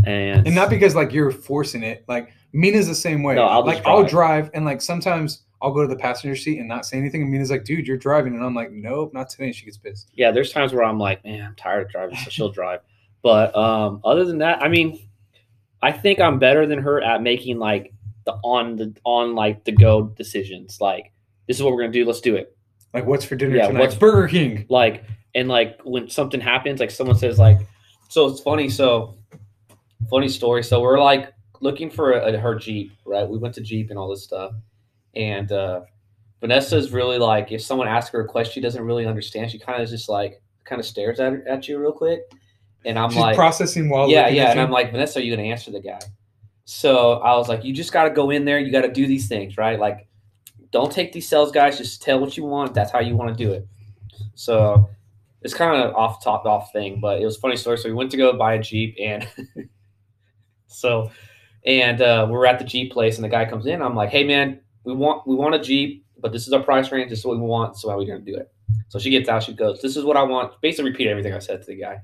Speaker 2: And,
Speaker 3: And not because like you're forcing it. Like Mina's the same way.
Speaker 2: No, I'll
Speaker 3: like
Speaker 2: just
Speaker 3: I'll
Speaker 2: drive.
Speaker 3: drive and like sometimes I'll go to the passenger seat and not say anything. And Mina's like, dude, you're driving. And I'm like, nope, not today. She gets pissed.
Speaker 2: yeah, there's times where I'm like, man, I'm tired of driving, so she'll drive. But um, other than that, I mean, I think I'm better than her at making like the on the on like the go decisions. Like this is what we're gonna do. Let's do it.
Speaker 3: Like, what's for dinner
Speaker 2: Yeah,
Speaker 3: tonight?
Speaker 2: what's-
Speaker 3: Burger King?
Speaker 2: like and like when something happens like someone says like so it's funny so funny story so we're like looking for a, her jeep right we went to jeep and all this stuff and uh vanessa's really like if someone asks her a question she doesn't really understand she kind of just like kind of stares at, at you real quick and i'm
Speaker 3: She's
Speaker 2: like
Speaker 3: processing while
Speaker 2: yeah,
Speaker 3: looking
Speaker 2: yeah.
Speaker 3: at
Speaker 2: And
Speaker 3: you.
Speaker 2: I'm like, Vanessa, are you gonna answer the guy? So I was like, you just gotta go in there. You gotta do these things, right? Like, Don't take these sales guys. Just tell what you want. That's how you want to do it. So it's kind of off top off thing, but it was a funny story. So we went to go buy a Jeep and so and uh, we're at the Jeep place and the guy comes in. I'm like, hey man, we want we want a Jeep, but this is our price range, this is what we want, so how are we gonna do it? So she gets out, she goes, This is what I want. Basically repeat everything I said to the guy.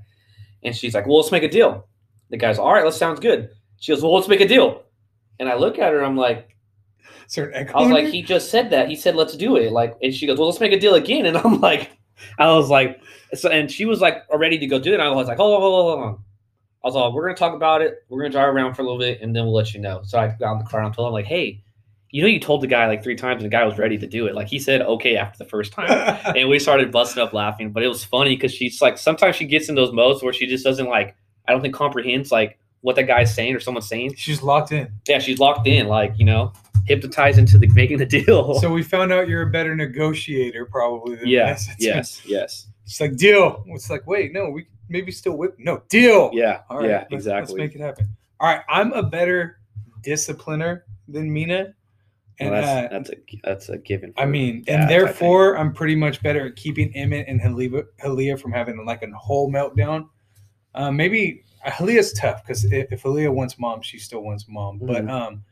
Speaker 2: And she's like, Well, let's make a deal. The guy's all right, that sounds good. She goes, Well, let's make a deal. And I look at her, I'm like,
Speaker 3: Certain echo.
Speaker 2: I was like, he just said that. He said, let's do it. Like, and she goes, well, let's make a deal again. And I'm like, I was like, so, and she was like, ready to go do it. And I was like, hold on, hold on, hold on. I was like, we're gonna talk about it. We're gonna drive around for a little bit, and then we'll let you know. So I got in the car and I told him, like, hey, you know, you told the guy like three times, and the guy was ready to do it. Like he said, okay, after the first time, and we started busting up laughing. But it was funny because she's like, sometimes she gets in those modes where she just doesn't like, I don't think comprehends like what that guy's saying or someone's saying.
Speaker 3: She's locked in.
Speaker 2: Yeah, she's locked in, like you know, hypnotized into the making the deal.
Speaker 3: So we found out you're a better negotiator probably than
Speaker 2: yeah,
Speaker 3: this. It's-
Speaker 2: yes, yes,
Speaker 3: It's like deal. It's like wait, no, we maybe still whip. No deal.
Speaker 2: yeah,
Speaker 3: All right,
Speaker 2: yeah,
Speaker 3: let's-
Speaker 2: exactly.
Speaker 3: Let's make it happen. All right, I'm a better discipliner than Mina, and
Speaker 2: Well,
Speaker 3: uh,
Speaker 2: that's, that's a that's a given.
Speaker 3: I
Speaker 2: for
Speaker 3: mean,
Speaker 2: dads, I
Speaker 3: and
Speaker 2: think.
Speaker 3: therefore I'm pretty much better at keeping Emmett and Halia, Halia from having like a whole meltdown. Um, maybe Halia's tough because if, if Halia wants mom, she still wants mom. But
Speaker 2: Mhm.
Speaker 3: um,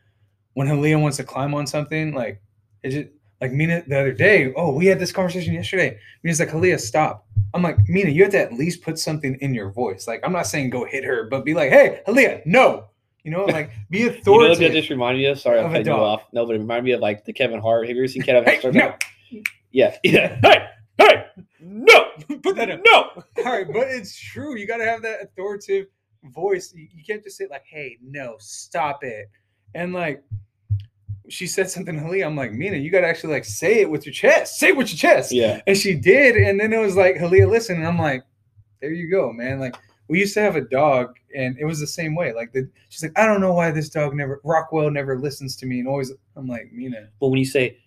Speaker 3: when Halia wants to climb on something, like it just like Mina the other day. Oh, we had this conversation yesterday. Mina's like, Halia, stop. I'm like, Mina, you have to at least put something in your voice. Like, I'm not saying go hit her, but be like, hey, Halia, no. You know, like be
Speaker 2: you know, what
Speaker 3: authoritative.
Speaker 2: that just reminded you of. Sorry,
Speaker 3: Of
Speaker 2: I'm
Speaker 3: a
Speaker 2: cutting you
Speaker 3: dog.
Speaker 2: off. No, but it reminded me of like the Kevin Hart. Have you ever seen Kevin Hart?
Speaker 3: Hey,
Speaker 2: start
Speaker 3: no.
Speaker 2: that? Yeah, yeah. Hey, hey, no,
Speaker 3: put that in.
Speaker 2: no.
Speaker 3: All right, but it's true. You got to have that authoritative voice. You, you can't just say like, "Hey, no, stop it," and like she said something to Halia. I'm like, Mina, you got to actually like say it with your chest. Say it with your chest.
Speaker 2: Yeah,
Speaker 3: And she did, and then it was like, Halia, listen. And I'm like, there you go, man. Like we used to have a dog, and it was the same way. Like the, she's like, I don't know why this dog never Rockwell never listens to me, and always I'm like, Mina,
Speaker 2: but when you say,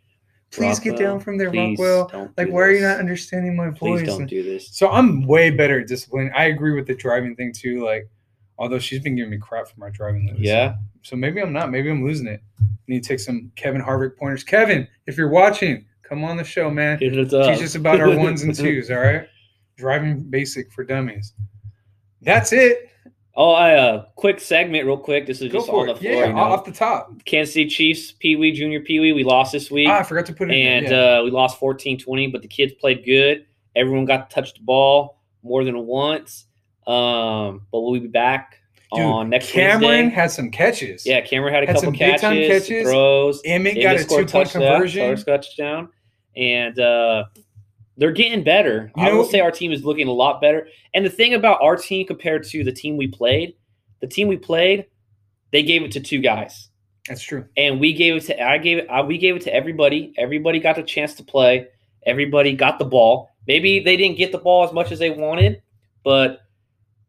Speaker 3: please get
Speaker 2: Rockwell,
Speaker 3: down from there,
Speaker 2: please
Speaker 3: Rockwell.
Speaker 2: don't
Speaker 3: Like,
Speaker 2: do
Speaker 3: why are you
Speaker 2: this.
Speaker 3: not understanding my voice?
Speaker 2: Please don't
Speaker 3: And-
Speaker 2: do this.
Speaker 3: so I'm way better at discipline. I agree with the driving thing too. Like, although she's been giving me crap for my driving lately.
Speaker 2: Yeah,
Speaker 3: So maybe I'm not. Maybe I'm losing it. need to take some Kevin Harvick pointers. Kevin, if you're watching, come on the show, man.
Speaker 2: hit it up.
Speaker 3: Teach us about our ones and twos. All right. Driving basic for dummies. That's it.
Speaker 2: Oh, I uh, quick segment, real quick. This is
Speaker 3: Go
Speaker 2: just on
Speaker 3: for
Speaker 2: the
Speaker 3: it.
Speaker 2: floor.
Speaker 3: Yeah,
Speaker 2: you know?
Speaker 3: off the top.
Speaker 2: Kansas City Chiefs, Pee Wee, Junior Pee Wee. We lost this week.
Speaker 3: Ah, I forgot to put it.
Speaker 2: and
Speaker 3: in. there.
Speaker 2: uh, we lost 14-20 but the kids played good everyone got to touch the ball more than once um, but we'll be back
Speaker 3: Dude,
Speaker 2: uh, on next
Speaker 3: Cameron
Speaker 2: Wednesday.
Speaker 3: had some catches.
Speaker 2: yeah cameron had a
Speaker 3: had
Speaker 2: couple
Speaker 3: some big-time
Speaker 2: catches,
Speaker 3: catches.
Speaker 2: throws
Speaker 3: Emmett
Speaker 2: They
Speaker 3: got a
Speaker 2: just scored
Speaker 3: two point
Speaker 2: touchdown-
Speaker 3: conversion.
Speaker 2: first touchdown and uh, they're getting better
Speaker 3: You
Speaker 2: i will
Speaker 3: know-
Speaker 2: say our team is looking a lot better and the thing about our team compared to the team we played the team we played they gave it to two guys
Speaker 3: That's true.
Speaker 2: and we gave it to I gave it I, we gave it to everybody. Everybody got the chance to play. Everybody got the ball. Maybe they didn't get the ball as much as they wanted, but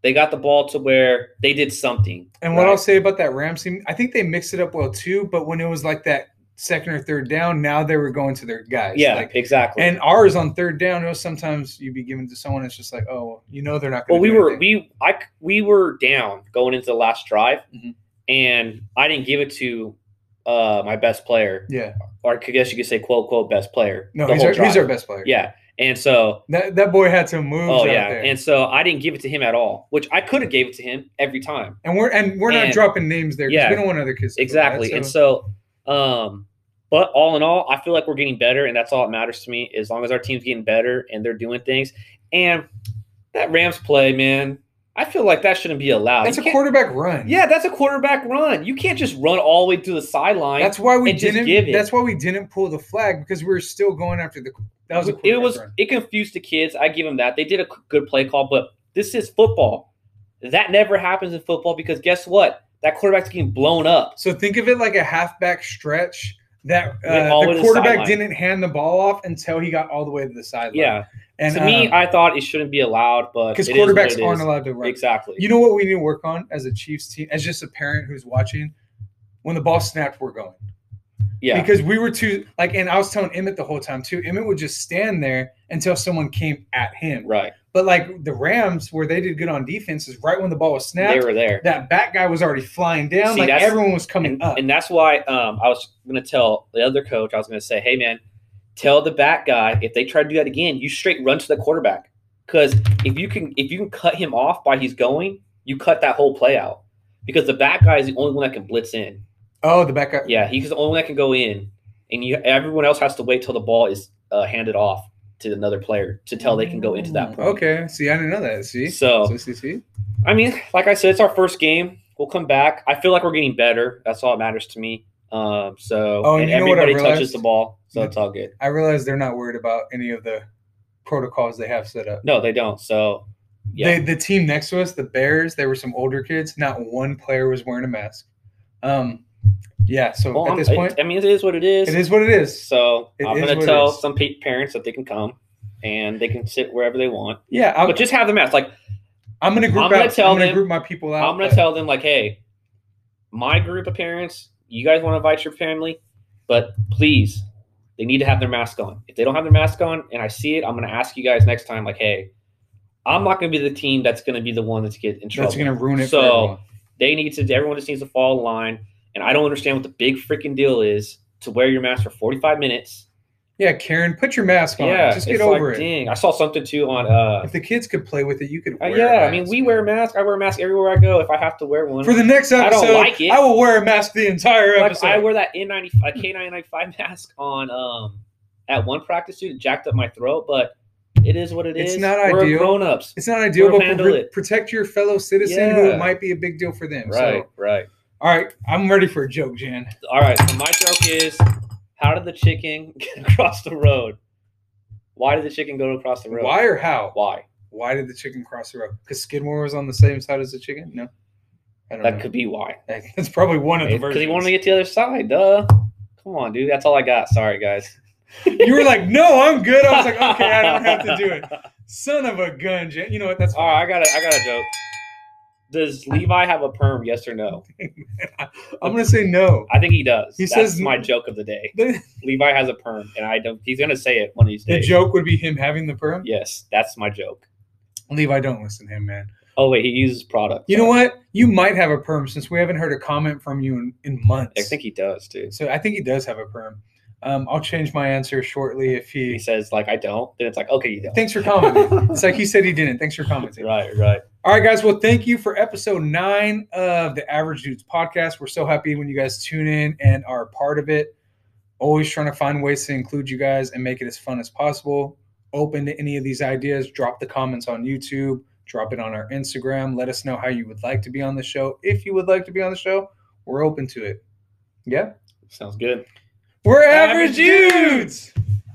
Speaker 2: they got the ball to where they did something.
Speaker 3: And what
Speaker 2: right?
Speaker 3: I'll say about that Rams team, I think they mixed it up well too. But when it was like that second or third down, now they were going to their guys.
Speaker 2: Yeah,
Speaker 3: Like,
Speaker 2: exactly.
Speaker 3: and ours on third down, it was sometimes you'd be given to someone. It's just like, oh, you know, they're not.
Speaker 2: well,
Speaker 3: going
Speaker 2: we
Speaker 3: to
Speaker 2: were we I c- we were down going into the last drive,
Speaker 3: Mhm.
Speaker 2: and I didn't give it to uh my best player,
Speaker 3: yeah.
Speaker 2: or I guess you could say quote quote best player.
Speaker 3: No,
Speaker 2: the
Speaker 3: he's
Speaker 2: whole
Speaker 3: our, he's
Speaker 2: drive.
Speaker 3: our best player.
Speaker 2: yeah, and so
Speaker 3: That that boy had some moves.
Speaker 2: oh
Speaker 3: out
Speaker 2: yeah,
Speaker 3: There.
Speaker 2: and so I didn't give it to him at all, which I could have gave it to him every time.
Speaker 3: And we're and we're not
Speaker 2: and-
Speaker 3: dropping names there. 'cause
Speaker 2: yeah,
Speaker 3: We don't want other kids. to feel bad,
Speaker 2: exactly
Speaker 3: so-
Speaker 2: and so um but all in all i feel like we're getting better and that's all that matters to me as long as our team's getting better and they're doing things and that rams play man i feel like that shouldn't be allowed
Speaker 3: that's
Speaker 2: You
Speaker 3: a
Speaker 2: can't-
Speaker 3: quarterback run.
Speaker 2: yeah that's a quarterback run you can't just run all the way to the sideline
Speaker 3: That's why we
Speaker 2: And just
Speaker 3: didn't.
Speaker 2: give it.
Speaker 3: That's why we didn't pull the flag because we were still going after the. That was a
Speaker 2: it was
Speaker 3: quarterback run.
Speaker 2: it confused the kids i give them that they did a good play call but this is football that never happens in football because guess what that quarterback's getting blown up
Speaker 3: So think of it like a halfback stretch that
Speaker 2: Went
Speaker 3: uh,
Speaker 2: all the way
Speaker 3: the
Speaker 2: to the
Speaker 3: quarterback
Speaker 2: sideline.
Speaker 3: didn't hand the ball off until he got all the way to the sideline.
Speaker 2: yeah
Speaker 3: and
Speaker 2: to me i thought it shouldn't be allowed but
Speaker 3: because
Speaker 2: it is what
Speaker 3: quarterbacks
Speaker 2: it
Speaker 3: aren't
Speaker 2: is.
Speaker 3: allowed to run.
Speaker 2: exactly
Speaker 3: You know what we need to work on as a Chiefs team, as just a parent who's watching. When the ball snapped, we're going
Speaker 2: yeah
Speaker 3: because we were too like, and I was telling Emmett the whole time too. Emmett would just stand there until someone came at him.
Speaker 2: Right.
Speaker 3: But like the Rams, where they did good on defense, is right when the ball was
Speaker 2: They
Speaker 3: snapped,
Speaker 2: were there.
Speaker 3: that bat guy was already flying down.
Speaker 2: See,
Speaker 3: like
Speaker 2: that's-
Speaker 3: everyone was coming
Speaker 2: and,
Speaker 3: up.
Speaker 2: and that's why um, I was going to tell the other coach, I was going to say, hey, man, tell the back guy if they try to do that again, you straight run to the quarterback. Because if you can if you can cut him off by he's going, you cut that whole play out. Because the back guy is the only one that can blitz in.
Speaker 3: oh, the bat guy.
Speaker 2: Yeah, he's the only one that can go in, and you everyone else has to wait till the ball is uh, handed off to another player to tell they can go into that point.
Speaker 3: Oh, Okay. See, I didn't know that. See.
Speaker 2: So
Speaker 3: So, see, see?
Speaker 2: I mean, like I said, it's our first game. We'll come back. I feel like we're getting better. That's all that matters to me. Um, so
Speaker 3: Oh, and
Speaker 2: and
Speaker 3: you know what I
Speaker 2: everybody touches
Speaker 3: realized?
Speaker 2: the ball, so it's all good.
Speaker 3: I realize they're not worried about any of the protocols they have set up.
Speaker 2: No, they don't. So yeah,
Speaker 3: They, the team next to us, the Bears, they were some older kids. Not one player was wearing a mask. Um, yeah. So
Speaker 2: well,
Speaker 3: at
Speaker 2: I'm-
Speaker 3: this
Speaker 2: it-
Speaker 3: point,
Speaker 2: I mean, it is what it is.
Speaker 3: it is what it is.
Speaker 2: So
Speaker 3: It
Speaker 2: I'm
Speaker 3: is
Speaker 2: gonna
Speaker 3: what it
Speaker 2: tell
Speaker 3: is.
Speaker 2: some pe- parents that they can come and they can sit wherever they want,
Speaker 3: Yeah. I'm,
Speaker 2: but just have the mask. Like
Speaker 3: I'm gonna group
Speaker 2: I'm gonna
Speaker 3: out.
Speaker 2: tell
Speaker 3: I'm gonna
Speaker 2: them-
Speaker 3: group my people out.
Speaker 2: I'm gonna
Speaker 3: but-
Speaker 2: tell them like, hey, my group of parents, you guys want to invite your family, but please, they need to have their mask on. If they don't have their mask on, and I see it, I'm gonna ask you guys next time like, hey, I'm not gonna be the team that's gonna be the one that's get in trouble.
Speaker 3: That's gonna ruin it.
Speaker 2: So-
Speaker 3: for everyone.
Speaker 2: they need to. Everyone just needs to fall in line, and I don't understand what the big freaking deal is to wear your mask for 45 minutes.
Speaker 3: yeah, Karen, put your mask on.
Speaker 2: yeah,
Speaker 3: Just
Speaker 2: it's
Speaker 3: get over
Speaker 2: like,
Speaker 3: it.
Speaker 2: Dang, I saw something too on. uh
Speaker 3: If the kids could play with it, you could.
Speaker 2: uh,
Speaker 3: Wear a
Speaker 2: yeah, I mean,
Speaker 3: mask,
Speaker 2: we
Speaker 3: man.
Speaker 2: wear masks. I wear a mask everywhere I go. If I have to wear one,
Speaker 3: For the next
Speaker 2: I don't
Speaker 3: episode, I,
Speaker 2: like it.
Speaker 3: will wear a mask the entire
Speaker 2: Like,
Speaker 3: episode.
Speaker 2: I wear that N95 K995 mask on um at one practice dude, it jacked up my throat, but it is what it
Speaker 3: It's
Speaker 2: is.
Speaker 3: not
Speaker 2: We're
Speaker 3: ideal.
Speaker 2: grown ups.
Speaker 3: it's not ideal,
Speaker 2: We'll
Speaker 3: but
Speaker 2: handle
Speaker 3: pre-
Speaker 2: it.
Speaker 3: protect your fellow citizen who
Speaker 2: Yeah.
Speaker 3: it might be a big deal for them.
Speaker 2: Right,
Speaker 3: So,
Speaker 2: right.
Speaker 3: all right, I'm ready for a joke, Jan.
Speaker 2: All right. So my joke is how did the chicken get across the road? Why did the chicken go across the road?
Speaker 3: Why or how?
Speaker 2: Why?
Speaker 3: Why did the chicken cross the road? Because Skidmore was on the same side as the chicken. No, I don't
Speaker 2: That
Speaker 3: know.
Speaker 2: could be why.
Speaker 3: That's probably one of the
Speaker 2: Because
Speaker 3: versions.
Speaker 2: he wanted to get to the other side, duh. Come on, dude. That's all I got. Sorry, guys.
Speaker 3: you were like, "No, I'm good." I was like, "Okay, I don't have to do it." Son of a gun, Jan. You know what? That's
Speaker 2: All right, I got a, I got a joke. Does Levi have a perm? Yes or no?
Speaker 3: I'm gonna say no.
Speaker 2: I think he does.
Speaker 3: He
Speaker 2: That's
Speaker 3: says-
Speaker 2: my joke of the day.
Speaker 3: The,
Speaker 2: Levi has a perm, and I don't. He's gonna say it one of these
Speaker 3: the
Speaker 2: days.
Speaker 3: joke would be him having the perm.
Speaker 2: Yes, that's my joke.
Speaker 3: Levi, don't listen to him, man.
Speaker 2: Oh wait, he uses product.
Speaker 3: You know what? You might have a perm since we haven't heard a comment from you in, in months.
Speaker 2: I think he does too.
Speaker 3: so I think he does have a perm. Um, I'll change my answer shortly if
Speaker 2: He
Speaker 3: he.
Speaker 2: says like I don't. Then it's like okay, you don't.
Speaker 3: Thanks for commenting. it's like he said he didn't. Thanks for commenting.
Speaker 2: Right, right.
Speaker 3: All right, guys. Well, thank you for episode nine of the Average Dudes podcast. We're so happy when you guys tune in and are a part of it. Always trying to find ways to include you guys and make it as fun as possible. Open to any of these ideas. Drop the comments on YouTube. Drop it on our Instagram. Let us know how you would like to be on the show. If you would like to be on the show, we're open to it. Yeah.
Speaker 2: Sounds good.
Speaker 3: We're
Speaker 2: Average
Speaker 3: Average Dudes.